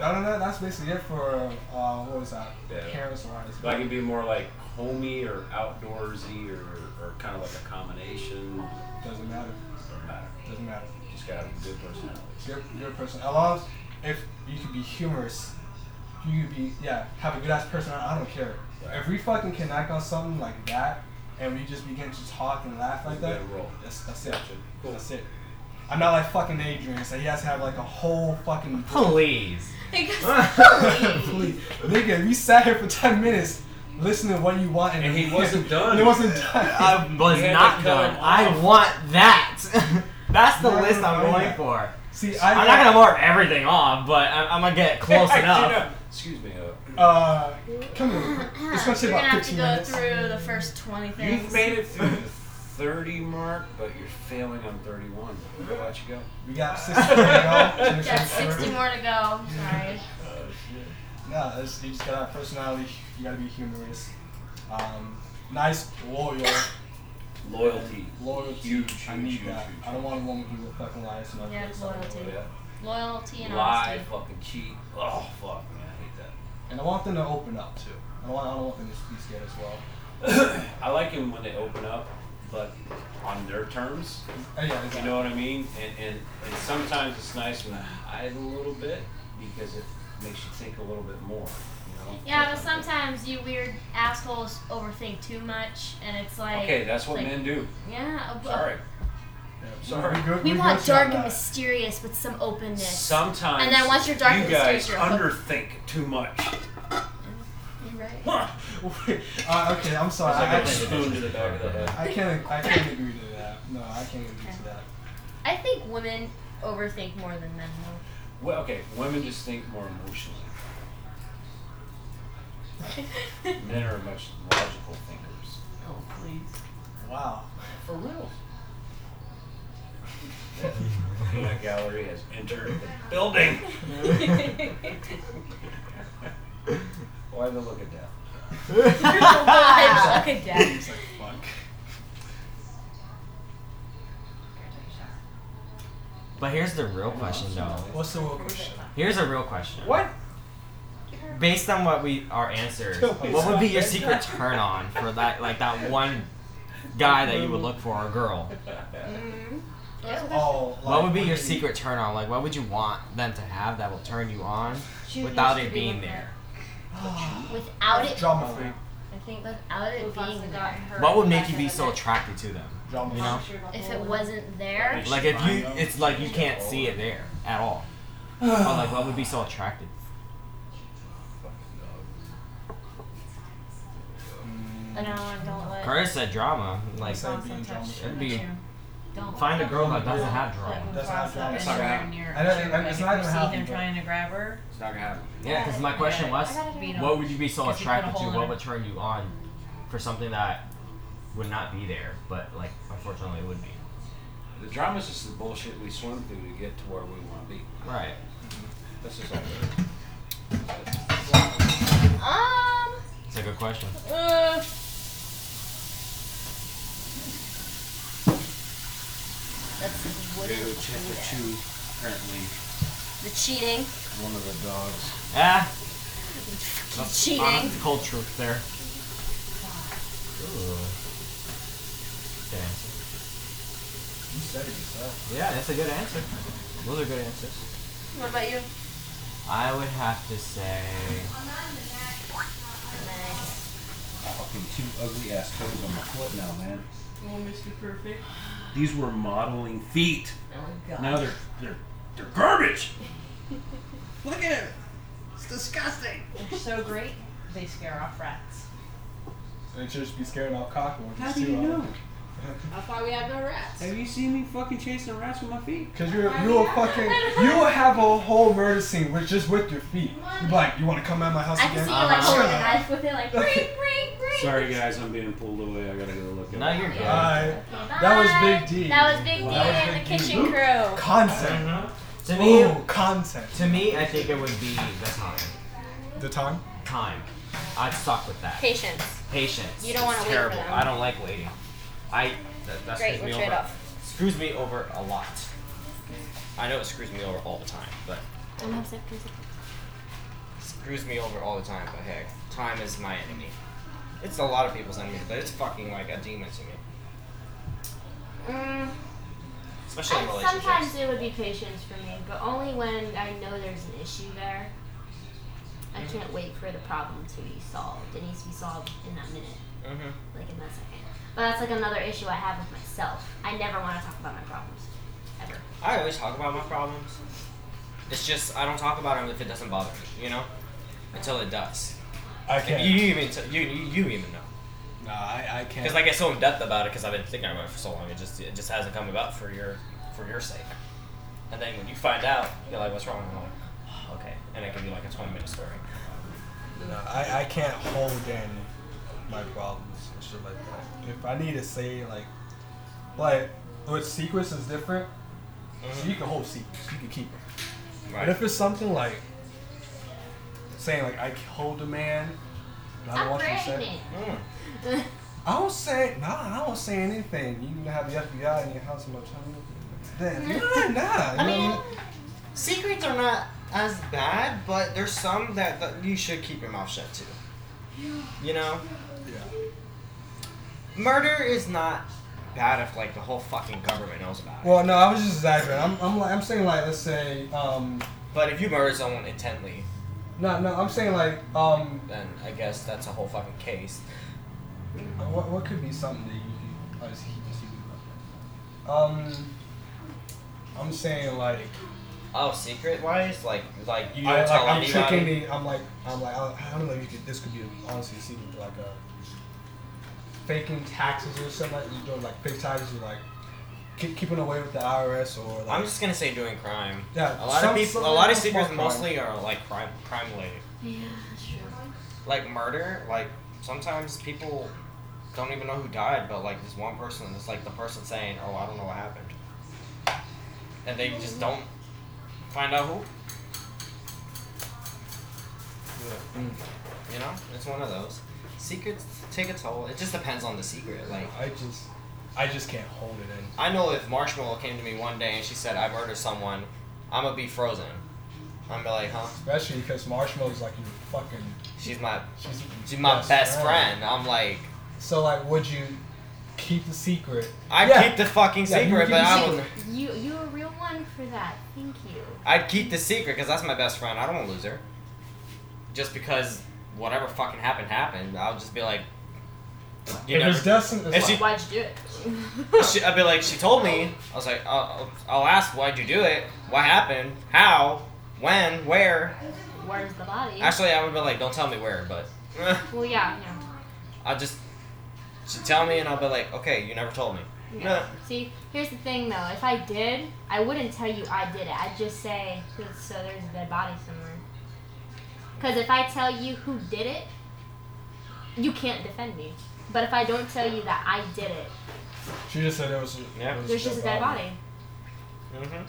S2: I don't know. That's basically it for uh, what was that?
S7: Yeah.
S2: Parents or eyes.
S7: Like it'd be more like homey or outdoorsy or, or kind of like a combination.
S2: Doesn't matter.
S7: Doesn't matter.
S2: Doesn't matter.
S7: Just gotta have a good personality.
S2: You're, you're a person. I love if you could be humorous you could be yeah have a good ass person. I I don't care. If we fucking connect on something like that, and we just begin to talk and laugh like that,
S7: Yeah, roll.
S2: that's, that's it. That's it. I'm not like fucking Adrian, so he has to have like a whole fucking.
S5: Please.
S2: Please. Nigga, we sat here for 10 minutes listening to what you want and,
S7: And he wasn't done.
S2: He wasn't done.
S5: I was
S7: had
S5: not
S7: to cut
S5: done.
S7: him
S5: I
S7: off.
S5: want that. That's the
S2: No, no,
S5: list
S2: no,
S5: I'm
S2: no,
S5: going
S2: no.
S5: for.
S2: See, I,
S5: I'm not gonna mark everything off, but I'm, I'm gonna get close enough.
S7: Excuse me. Uh,
S2: Uh, come here. It's gonna take
S4: You're
S2: about
S4: gonna have to
S2: 15
S4: go
S2: minutes.
S4: through the first 20 things.
S7: you've made it through the 30 mark, but you're failing on 31. We'll let you go.
S2: We got 60 more to go. Finish
S4: Got
S2: this over.
S4: 60 more to go. I'm Sorry.
S7: Oh, shit.
S2: No, that's, you just gotta have personality. You gotta be humorous. Um, nice, loyal,
S7: Loyalty.
S2: loyalty.
S7: Huge, huge,
S2: I need
S7: huge,
S2: that.
S7: huge. Oh,
S2: I don't want a woman who will fucking lie to my
S4: Yeah,
S2: face.
S4: loyalty.
S7: Yeah.
S4: Loyalty and
S7: Lie,
S4: honesty.
S7: fucking cheat. Oh, fuck, man. I hate that.
S2: And I want them to open up too. I don't want, I don't want them to be scared as well.
S7: I like it when they open up, but on their terms.
S2: Uh, yeah, exactly.
S7: You know what I mean? And, and, and sometimes it's nice when I hide a little bit because it makes you think a little bit more. You know?
S3: Yeah, but sometimes you weird assholes overthink too much, and it's like.
S7: Okay, that's what
S3: like-
S7: men do.
S3: Yeah. uh,
S7: Sorry. Sorry.
S2: good-
S3: We
S2: we're
S3: want
S2: guilty on
S3: dark and
S2: that.
S3: mysterious with some openness.
S7: Sometimes
S3: And then once you're dark,
S7: you
S3: it's
S7: guys
S3: darker.
S7: underthink too much.
S3: You're right.
S7: Huh.
S2: Uh, okay, I'm sorry.
S7: It's like
S2: I,
S7: a spoon to the back of the head.
S2: I, I can't. I can't agree to that. No, I can't agree to that.
S3: I think women overthink more than men though.
S7: Well, okay, women just think more emotionally. Men are much logical thinkers.
S4: Oh, please.
S2: Wow.
S7: For real. Peanut gallery has entered the building. Why the look at that?
S3: Look at that.
S2: It's like fuck.
S5: But here's the real question, though.
S2: What's the real question?
S5: Here's a real question.
S7: What?
S5: Based on what we our answers, what would be your secret turn on for that like that one guy that you would look for or girl?
S10: Mm,
S2: Oh,
S5: What would be your
S2: do you-
S5: secret turn on? Like what would you want them to have that will turn you on without it being there?
S3: Without it,
S2: Drama free.
S3: I think without it being there,
S5: What would make you be so attracted to them?
S2: Drama
S5: You know?
S3: if it wasn't there,
S5: Like if you it's like you can't see it there at all. Or like what would be so attractive?
S3: no, don't let.
S5: Curtis said drama. Like
S2: Say Mm, being drama free.
S5: it'd be
S3: Don't
S5: find a girl that doesn't have drama.
S2: That's not drama.
S7: It's not gonna happen.
S2: I don't think- it's not gonna happen, but-
S10: trying to grab her.
S7: It's not gonna happen.
S5: Yeah, because my question was,
S10: Beat 'em.
S5: what would you be so
S10: 'Cause you put a
S5: attracted to?
S10: hole in
S5: What
S10: it.
S5: would turn you on for something that would not be there, but like unfortunately would be?
S7: The drama's just the bullshit we swim through to get to where we want to be.
S5: Right.
S7: That's just all it is.
S3: Um,
S5: It's a good question.
S10: Uh,
S3: that's what
S7: Go
S3: it would
S7: chapter
S3: be.
S7: two, apparently,
S3: the cheating,
S7: one of the dogs.
S5: Yeah.
S3: cheating.
S5: Ah! Honest, cold truth there. Ooh. Good answer.
S2: You said it yourself.
S5: Yeah, that's a good answer. Those are good answers.
S3: What about you?
S5: I would have to say.
S7: Fucking two ugly ass toes on my foot now, man.
S10: oh, Mr. Perfect.
S7: These were modeling feet.
S10: Oh, God.
S7: Now they're they're they're garbage.
S10: They're so great, they scare off rats.
S2: It should just be scaring off cockroaches
S7: How do
S2: too.
S7: you know?
S4: That's why we have no rats.
S7: Have you seen me fucking chasing rats with my feet?
S2: Cause you're you a fucking you will have a whole murder scene with just with your feet. You're like, you want to come at my house
S3: I can
S2: again?
S3: see you like
S5: Uh-huh.
S3: holding a knife with it, like ring, ring, ring.
S7: Sorry guys, I'm being pulled away. I gotta go look at
S5: No, you're good.
S2: Alright, that was Big D.
S3: That was Big D
S2: That was
S3: and
S2: Big
S3: the
S2: D.
S3: Kitchen Crew.
S2: Content.
S5: To me,
S2: Ooh, content.
S5: to me, I think it would be the time.
S2: The time.
S5: Time. I'd suck with that.
S3: Patience.
S5: Patience.
S3: You don't wanna
S5: It's
S3: wait for
S5: terrible.
S3: them.
S5: I don't like waiting. I that, that
S3: Great,
S5: screws me
S3: we'll
S5: over.
S3: trade off.
S5: Screws me over a lot. I know it screws me over all the time, but
S3: Don't have sex, please.
S5: screws me over all the time. But heck, time is my enemy. It's a lot of people's enemy, but it's fucking like a demon to me,
S3: Mm,
S5: especially in
S3: I-
S5: relationships.
S3: sometimes it would be patience for me, but only when I know there's an issue there. I can't wait for the problem to be solved. It needs to be solved in that minute,
S5: Mm-hmm.
S3: like in that second. But that's like another issue I have with myself. I never want to talk about my problems, ever.
S5: I always talk about my problems. It's just I don't talk about them if it doesn't bother me, you know, until it does.
S2: I
S5: And
S2: can't.
S5: you even t- you, you you even know
S2: Nah, I, I can't.
S5: because I get so in depth about it because I've been thinking about it for so long. It just it just hasn't come about for your for your sake. And then when you find out, you're like, what's wrong? And I'm like, "Oh, okay, and it can be like a 20 minute story.
S2: No, I, I can't hold in my problems and shit like that. If I need to say like, like with secrets is different. So you can hold secrets, you can keep them.
S5: Mm-hmm.
S2: But Mm-hmm. if it's something like saying like I hold a man, and I don't
S3: I'm
S2: want you to say.
S3: pregnant.
S5: Mm.
S2: I don't say nah. I don't say anything. You can have the FBI in your house and I'm trying to look at you. Nah, nah. You
S5: I
S2: know
S5: mean,
S2: what
S5: secrets are not as bad, but there's some that, that you should keep your mouth shut to. You know? Yeah. Murder is not bad if, like, the whole fucking government knows about it.
S2: Well, no, I was just exaggerating. I'm, I'm like, I'm saying like, let's say, um,
S5: But if you murder someone intently,
S2: no, no, I'm saying like, um,
S5: then I guess that's a whole fucking case.
S2: What, what could be something that you could obviously keep a secret about? Um, I'm saying like
S5: Oh, secret wise? Like, like you don't
S2: I,
S5: tell
S2: am
S5: anybody?
S2: tricking the I'm like I'm like I, I don't know. You could this could be honestly a secret like uh, faking taxes or something. Like, you doing like fake taxes or like keep, keeping away with the IRS or like
S5: I'm just gonna say doing crime.
S2: yeah.
S5: A lot
S2: some-
S5: of people, a
S2: some-
S5: lot of
S2: some
S5: secrets
S2: small crime.
S5: mostly are like crime, crime related.
S3: Yeah, that's true.
S5: like murder, like sometimes people don't even know who died, but like this one person, it's like the person saying, "Oh, I don't know what happened," and they
S2: Mm-hmm.
S5: just don't find out who. Mm. You know, it's one of those secrets take a toll. It just depends on the secret. Like
S2: I just I just can't hold it in.
S5: I know if Marshmallow came to me one day and she said, "I murdered someone," I'm gonna be frozen. I'm gonna be like, "Huh?
S2: Especially because Marshmallow's like your fucking
S5: She's my
S2: she's,
S5: she's my
S2: Best
S5: best
S2: friend.
S5: friend." I'm like.
S2: so like would you keep the secret?
S5: I
S2: Yeah.
S5: keep the fucking
S2: Yeah, you
S5: secret,
S2: keep
S5: but
S2: the
S5: I
S2: secret.
S5: would,
S3: You you're a real one for that. Thank you.
S5: I'd keep the secret because that's my best friend. I don't want to lose her. Just because whatever fucking happened happened, I'll just be like, you
S2: if
S5: know.
S2: there's destined,
S5: If she,
S3: Why'd you do it?
S5: she, I'd be like, she told me. I was like, I'll, I'll I'll ask, why'd you do it? What happened? How? When? Where?
S3: Where's the body?
S5: Actually, I would be like, don't tell me where, but eh,
S3: well, yeah, yeah.
S5: I'll just. She tell me, and I'll be like, okay, you never told me.
S3: yeah.
S5: No.
S3: See, here's the thing though. If I did, I wouldn't tell you I did it. I'd just say so. There's a dead body somewhere. Because if I tell you who did it, you can't defend me. But if I don't tell you that I did it,
S2: she just said it was
S5: Yeah.
S2: it was
S3: there's just a dead body.
S5: Mm-hmm.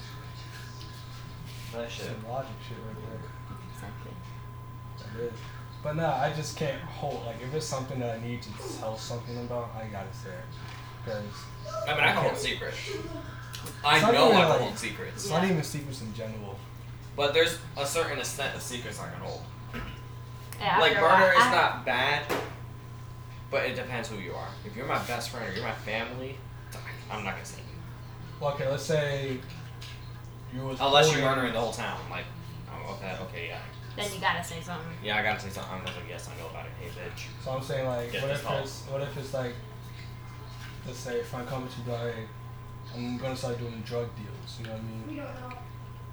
S5: That shit.
S2: Some logic shit right there.
S3: Exactly.
S2: That is. But nah, I just can't hold. Like, if it's something that I need to tell something about, I gotta say it. Because
S5: I mean, I can hold secrets. I
S2: Something
S5: know I
S2: like-
S5: can hold secrets.
S2: it's not even secrets in general.
S5: But there's a certain extent of secrets I can hold.
S3: Yeah,
S5: like
S3: after a while- Ah,
S5: murder is
S3: I-
S5: not bad, but it depends who you are. If you're my best friend or you're my family, I'm not gonna say you.
S2: Well, okay, let's say you was
S5: Unless you're
S2: holding-
S5: murdering the whole town, like, I'm okay, okay, yeah,
S3: Then you gotta say something.
S5: yeah, I gotta say something. I'm like, yes, I know about it. Hey, bitch.
S2: So I'm saying, like,
S5: Get
S2: what
S5: this
S2: if
S5: help.
S2: it's what if it's like, let's say if I come to you, be like, hey, I'm gonna start doing drug deals. You know what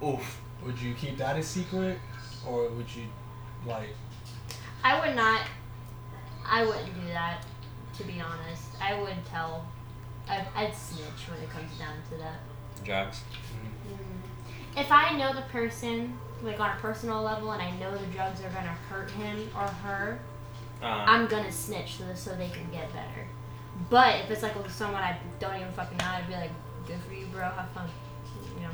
S2: I mean?
S5: Oof.
S2: Would you keep that a secret, or would you, like,
S3: I would not. I wouldn't do that, to be honest. I would tell. I'd, I'd snitch when it comes down to that.
S5: Drugs.
S3: Mm. If I know the person, like on a personal level, and I know the drugs are gonna hurt him or her,
S5: Um,
S3: I'm gonna snitch so, so they can get better. But if it's like with someone I don't even fucking know, I'd be like, good for you, bro, have fun. You know.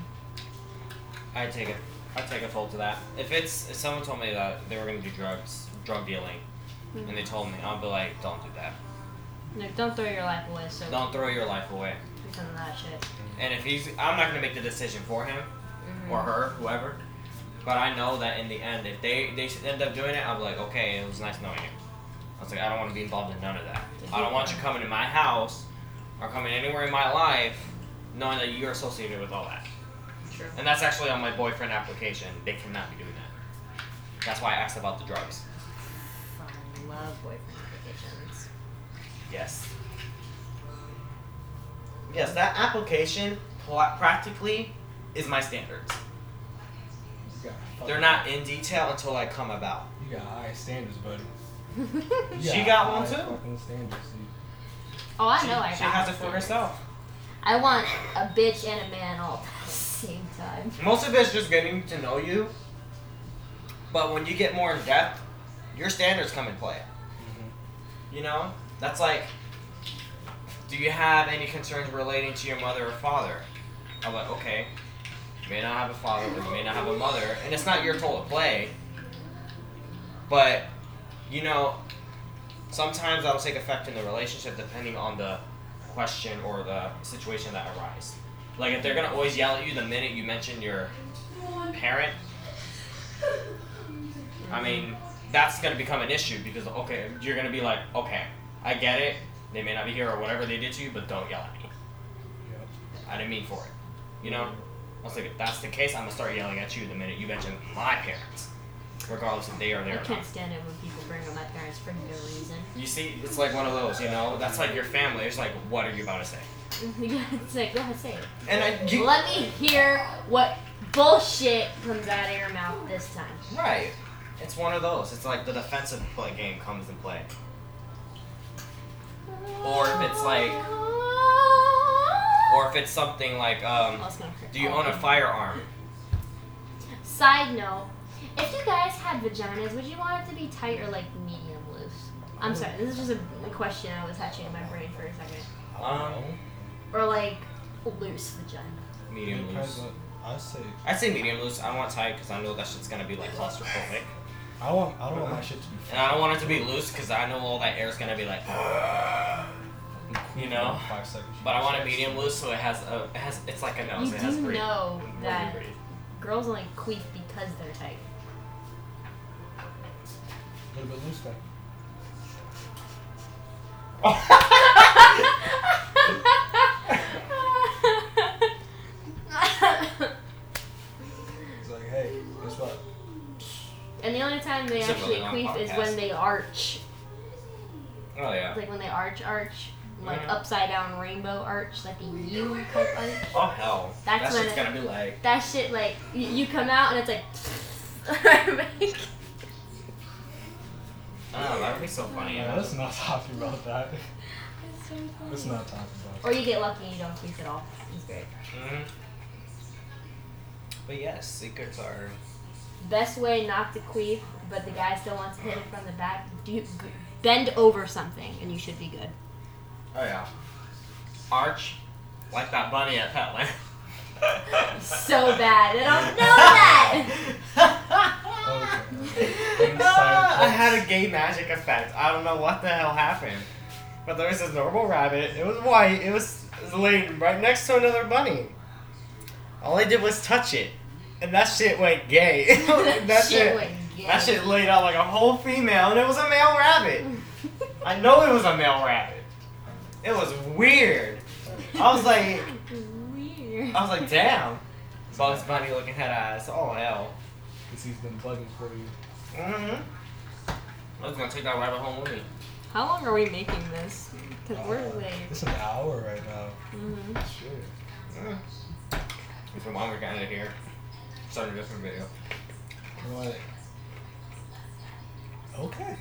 S5: I take it. I take a fold to that. If it's if someone told me that they were gonna do drugs, drug dealing, and they told me, I'll be like, don't do that.
S3: Like, don't throw your life away, so
S5: Don't throw your life away.
S3: some of that shit.
S5: And if he's, I'm not gonna make the decision for him
S3: Mhm.
S5: or her, whoever. But I know that in the end, if they they should end up doing it, I'll be like, okay, it was nice knowing you. I was like, I don't want to be involved in none of that. I don't want you coming to my house or coming anywhere in my life, knowing that you're associated with all that.
S3: True.
S5: And that's actually on my boyfriend application. They cannot be doing that. That's why I asked about the drugs.
S3: Fucking love boyfriend applications.
S5: Yes. Yes, that application pla- practically is my standards.
S2: You got
S5: They're not in detail until I come about.
S2: You got high standards, buddy. You
S5: She got one
S2: high
S5: too.
S2: Fucking standards, dude.
S3: oh, I
S5: She,
S3: know I
S5: she
S3: got
S5: has
S3: it.
S5: it for herself.
S3: I want a bitch and a man all at the same time.
S5: Most of it's just getting to know you, but when you get more in depth, your standards come in play. You know, that's like, do you have any concerns relating to your mother or father? I'm like, okay, you may not have a father or you may not have a mother, and it's not your role to play, but you know, sometimes that'll take effect in the relationship depending on the question or the situation that arises. Like if they're gonna always yell at you the minute you mention your parent, I mean, that's gonna become an issue because okay, you're gonna be like, okay, I get it. They may not be here or whatever they did to you, but don't yell at me. I didn't mean for it. You know, I was like, if that's the case, I'm gonna start yelling at you the minute you mention my parents, regardless if they are
S3: I
S5: there or not.
S3: can't stand it when people bring up my parents for no reason.
S5: You see, it's like one of those, you know. That's like your family. It's like, what are you about to say?
S3: it's like, go ahead, say it.
S5: And I, you,
S3: Let me hear what bullshit comes out of your mouth this time.
S5: Right. It's one of those. It's like the defensive play game comes in play. Or if it's like, or if it's something like, um,
S3: Oh, it's gonna hurt.
S5: do you own a firearm?
S3: Side note: If you guys had vaginas, would you want it to be tight or like medium loose? I'm sorry, this is just a, a question I was hatching in my brain for a second.
S5: Um,
S3: Or like loose vagina.
S5: medium
S2: Depends
S5: loose.
S2: on, I say,
S5: I'd say medium loose. I want tight because I know that shit's gonna be like claustrophobic,
S2: I want, I don't want my shit to be.
S5: and I don't want it to be loose because I know all that air's gonna be like. You know?
S2: Five seconds.
S5: But I want it medium loose so it has a, it has, it's like a nose.
S3: you
S5: it has
S3: do
S5: breathe.
S3: know
S5: More
S3: that
S5: breathe.
S3: girls only queef because they're tight.
S2: A little bit loose then.
S5: Oh,
S2: It's like, hey, guess what?
S3: and the only time they
S5: It's a
S3: actually
S5: really long
S3: queef is
S5: podcast.
S3: when they arch.
S5: Oh yeah.
S3: Like when they arch arch, like
S5: Mhm.
S3: upside down rainbow arch, like the U type arch.
S5: Oh hell.
S3: That's
S5: that
S3: when
S5: shit's
S3: it-
S5: gonna be like.
S3: That shit, like, you, you come out and it's like.
S5: Oh, that'd be so funny.
S2: Yeah, let's not talk about that. Let's not talk about
S3: or you get lucky and you don't queef at all. It's great.
S5: Mhm. But yes, secrets are.
S3: Best way not to queef, but the guy still wants to hit it from the back. Do you, bend over something and you should be good.
S5: Oh yeah. Arch, like that bunny at Petland.
S3: So bad. I don't know that.
S2: that. Okay.
S5: I had a gay magic effect. I don't know what the hell happened, but there was this normal rabbit. It was white. It was it was laying right next to another bunny. All I did was touch it, and that shit went gay. that shit.
S3: went gay.
S5: That shit laid out like a whole female, and it was a male rabbit. I know it was a male rabbit. It was weird. I was like,
S3: Weird.
S5: I was like, damn. Bugs Bunny looking head ass. Oh hell.
S2: Because he's been bugging for you.
S5: Mm-hmm. I was gonna take that rabbit home with me.
S3: How long are we making this? Because we're
S2: Uh,
S3: late.
S2: It's an hour right now.
S3: hmm
S2: Sure.
S5: Mm. If your mom were kind of here, start a different video.
S2: I'm like, okay.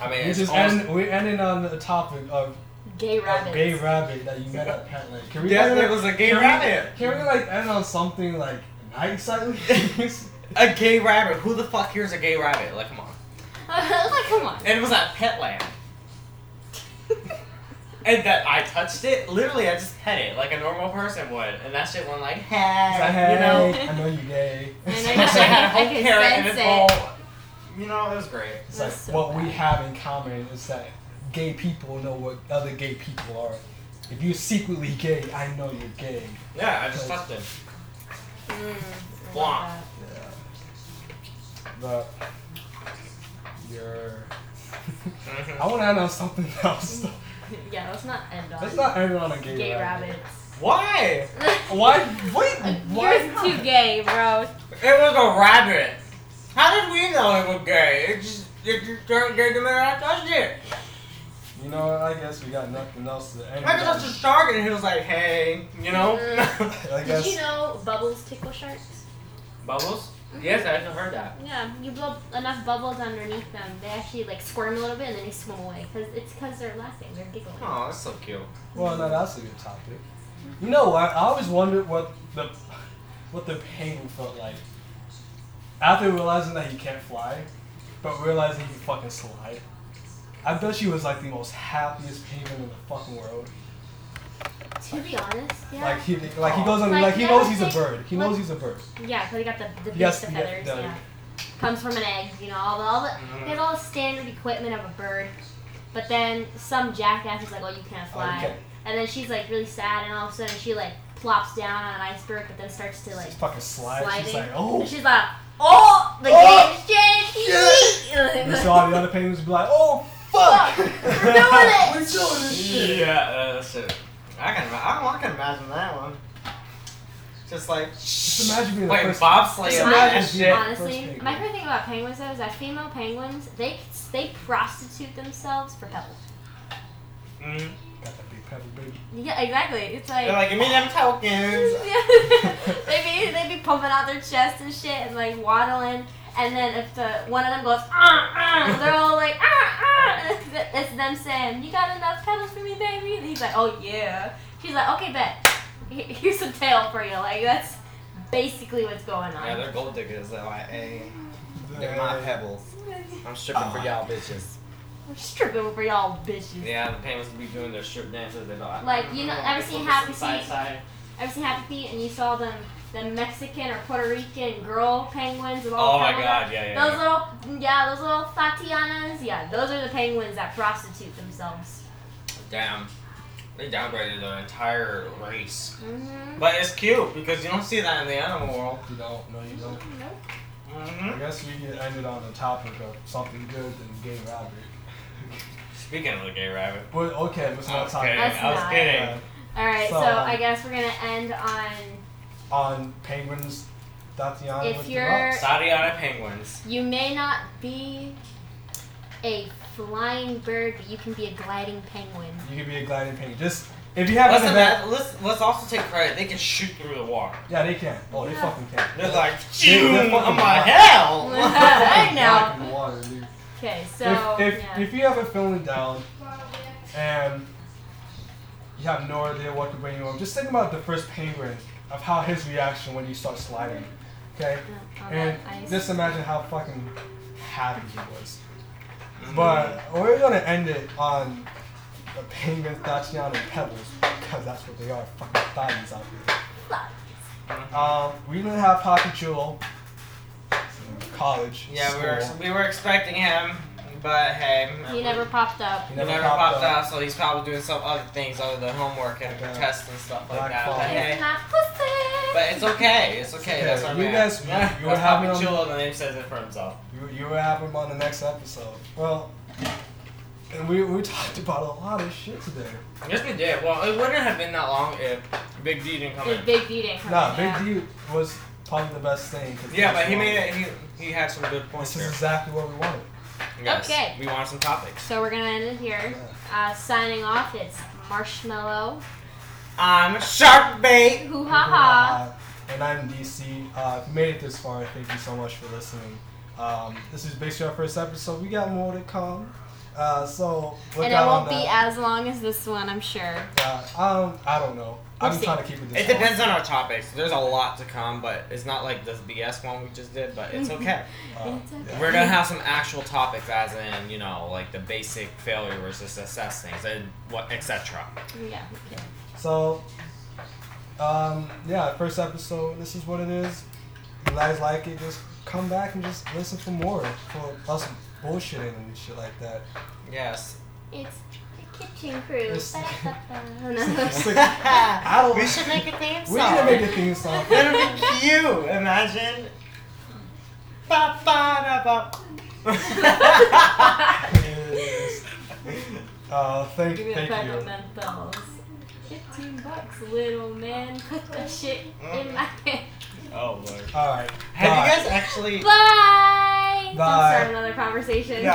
S5: I mean,
S2: we
S5: it's
S2: just
S5: almost-
S2: end, we're ending on the topic of
S3: Gay
S2: a
S3: rabbits.
S2: gay rabbit that you met at Petland. Can we
S5: Yes,
S2: like,
S5: it was a gay
S2: can we-
S5: rabbit.
S2: can we like end on something like nice? I guess?
S5: a gay rabbit. Who the fuck here's a gay rabbit? Like, come on.
S3: like, come on.
S5: And it was at Petland.
S3: Mm,
S5: and that I touched it. Literally, I just pet it like a normal person would, and that shit went like,
S2: It's like,
S5: hey,
S2: hey,
S5: you know.
S2: I know you gay.
S3: I know
S5: That shit had a
S3: I
S5: whole
S3: can
S5: carrot in
S3: sense
S5: its
S3: it.
S5: bowl. You know, it was great.
S2: It's like
S3: That's so
S2: what we
S3: bad.
S2: have in common is that gay people know what other gay people are. If you're secretly gay, I know you're gay.
S5: Yeah, I just touched it.
S3: Mm, I love
S5: Blah.
S3: that.
S2: Yeah. But you're.
S5: Mhm.
S2: I want to end on something else. though.
S3: Yeah, let's not end on
S2: Let's not end on a gay,
S3: gay
S2: rabbit.
S3: rabbits.
S5: Why?
S2: Why? Wait. Why?
S3: You're too gay, bro.
S5: It was a rabbit. How did we know it was gay? It just, it just turned gay the minute I touched it.
S2: You know, what, I guess we got nothing else to end.
S5: I touched a
S2: on.
S5: shark and he was like, hey, you know?
S2: I
S11: Did you
S2: guess.
S11: know bubbles tickle sharks?
S5: Bubbles? Yes, I actually heard that.
S3: Yeah, you blow enough bubbles underneath them, they actually like squirm a little bit and then they swim away. Cause it's because they're laughing, they're giggling.
S5: Oh, that's so cute.
S2: Well, no, that's a good topic. You know what? I always wondered what the what the penguin felt like after realizing that he can't fly, but realizing he can fucking slide. I bet she was like the most happiest penguin in the fucking world.
S3: To be honest, yeah.
S2: Like he, like he goes on,
S3: Like,
S2: like he
S3: you
S2: knows
S3: ever
S2: he's a
S3: think-
S2: bird. He knows he's a bird.
S3: Yeah, because he got the, the big
S2: Yes,
S3: the
S2: yeah,
S3: feathers.
S2: yeah.
S3: Yeah, Comes from an egg, you know, all the, all the he has all the standard equipment of a bird. But then some jackass is like, "Well, you can't
S2: Oh, you
S3: fly,"
S2: can't-
S3: and then she's like really sad, and all of a sudden she like plops down on an iceberg, but then starts to like
S2: She's fucking slide. She's
S3: sliding.
S2: like, oh.
S3: And she's like, "Oh, the
S2: Oh,
S3: game
S2: You
S3: is
S2: saw the other penguins be like, oh fuck.
S3: We're doing it.
S2: We're doing this shit.
S5: Yeah, uh, that's it. I can, I, don't- I can imagine that one. Just like,
S2: Just imagine being the
S5: like
S2: first-
S5: bobsleigh
S2: Just
S5: and
S2: imagine
S5: that
S2: being-
S5: shit.
S2: First
S3: Honestly,
S2: penguin.
S3: my favorite thing about penguins though is that female penguins they they prostitute themselves for pebbles.
S5: Mm.
S2: Got that big pebble, baby.
S3: Yeah, exactly. It's like
S5: They're like, give me them tokens.
S3: they be they be pumping out their chest and shit and like waddling. And then if the one of them goes, ah, ah, they're all like, ah, ah. It's, th- it's them saying, you got enough pedals for me, baby. And he's like, oh yeah. She's like, okay, bet. Here- Here's a tail for you. Like that's basically what's going on.
S5: Yeah, they're gold diggers. They're like, hey, they're my pebbles. I'm stripping for y'all bitches.
S3: We're stripping for y'all bitches.
S5: Yeah, the penguins be doing their strip dances. They don't.
S3: Like, you know, ever seen Happy
S5: Side,
S3: Feet?
S5: side.
S3: Ever seen Happy Feet and you saw them, the Mexican or Puerto Rican girl penguins? With all the
S5: Oh my
S3: pebbles on
S5: god, yeah, yeah.
S3: Those
S5: yeah.
S3: little, yeah, those little Fatianas, yeah, those are the penguins that prostitute themselves.
S5: Damn. They downgraded the entire race.
S3: Mm-hmm.
S5: But it's cute because you don't see that in the animal world.
S2: You don't. No, you don't. I
S5: Mm-hmm.
S2: guess we can end it on the topic of something good and gay rabbit.
S5: Speaking of the gay rabbit.
S2: But okay, let's
S5: I
S2: not
S5: was
S2: talk
S5: kidding.
S2: about
S3: That's
S5: I was
S3: not-
S5: kidding.
S2: that.
S3: All right, so,
S2: So, um,
S3: I guess we're gonna end on
S2: on penguins. Tatiana
S3: If
S2: with
S3: you're-
S2: the rocks.
S5: Sadiana penguins.
S3: you may not be a flying bird, but you can be a gliding penguin.
S2: you could be a gliding penguin. Just if you haven't
S5: Let's,
S2: been that,
S5: ima- let's let's also take credit. They can shoot through the water.
S2: yeah, they can. Oh, they
S3: Yeah.
S2: fucking can.
S5: They're like,
S2: They- they're
S5: shoot! I'm
S2: fucking
S5: like,
S2: black.
S5: hell.
S3: I know.
S2: Black in water, dude.
S3: Okay, so
S2: if if,
S3: yeah.
S2: if you have a feeling down and you have no idea what to bring you home, just think about the first penguin of how his reaction when you start sliding. Okay,
S3: on
S2: and
S3: Oh, that ice.
S2: just imagine how fucking happy he was.
S5: Mm.
S2: But we're gonna end it on the penguins dashing out in pebbles because that's what they are, fucking thotties out here. Um, we didn't have Poppy Jewel. College.
S5: yeah, we were
S2: school.
S5: we were expecting him, but hey,
S3: he never popped up.
S2: He
S5: He never, popped, out, so he's probably doing some other things other than homework and
S2: Like, uh,
S5: tests and stuff like
S2: Black
S5: that.
S2: Fall.
S5: But,
S3: It's
S5: hey,
S3: not pussy.
S5: but it's okay. It's okay.
S2: Okay,
S5: That's our
S2: you
S5: man.
S2: guys- you-
S5: yeah,
S2: you
S5: that's
S2: were having
S5: Papa
S2: him-
S5: Chulo, and the name says it for himself.
S2: You, you will have him on the next episode. Well, and we, we talked about a lot of shit today.
S5: Yes, we did. Well, it wouldn't have been that long if Big D didn't come
S3: It's
S5: in.
S3: big D didn't come
S2: Nah,
S3: in, yeah.
S2: Big D was probably the best thing. 'cause
S5: Yeah,
S2: was
S5: but he
S2: wrong.
S5: made it. He he had some good points
S2: This is
S5: here.
S2: exactly what we wanted.
S5: Yes,
S3: Okay.
S5: we want some topics.
S3: So we're gonna end it here. Uh, signing off, it's Marshmallow.
S5: I'm Um, Shark Bait.
S3: Hoo ha ha.
S2: Uh, And I'm DC. Uh, if you made it this far, thank you so much for listening. Um, this is basically our first episode. We got more to come. Uh, so
S3: And
S2: look
S3: it
S2: out
S3: won't
S2: on
S3: be
S2: that.
S3: as long as this one, I'm sure.
S2: Yeah, I don't, I don't know.
S3: We'll
S2: I'm
S3: see.
S2: trying to keep it this
S5: It
S2: long.
S5: depends on our topics. There's a lot to come, but it's not like this BS one we just did, but it's okay.
S2: Uh,
S3: It's okay.
S5: We're gonna have some actual topics, as in, you know, like the basic failure versus success things and what, etc.
S3: Yeah. Okay.
S2: So, um, yeah, first episode. This is what it is. You guys like it? Just come back and just listen for more for us bullshitting and shit like that.
S5: Yes.
S3: It's the kitchen crew.
S2: It's-
S3: Ba-da-ba-ba.
S2: It's
S3: No.
S2: like, I don't.
S5: We should make a theme
S2: We need to
S5: song.
S2: make a theme song.
S5: That would be cute. Imagine. Ba, ba, da, ba.
S2: Yes. Uh, thank,
S3: You're gonna
S2: thank
S3: put
S2: you.
S3: them in bells. Fifteen bucks, little man. Put that shit in my hand.
S12: Oh, Lord.
S5: All right.
S12: Have you guys actually.
S3: Bye.
S5: Bye.
S3: Don't start another conversation.
S5: Yeah,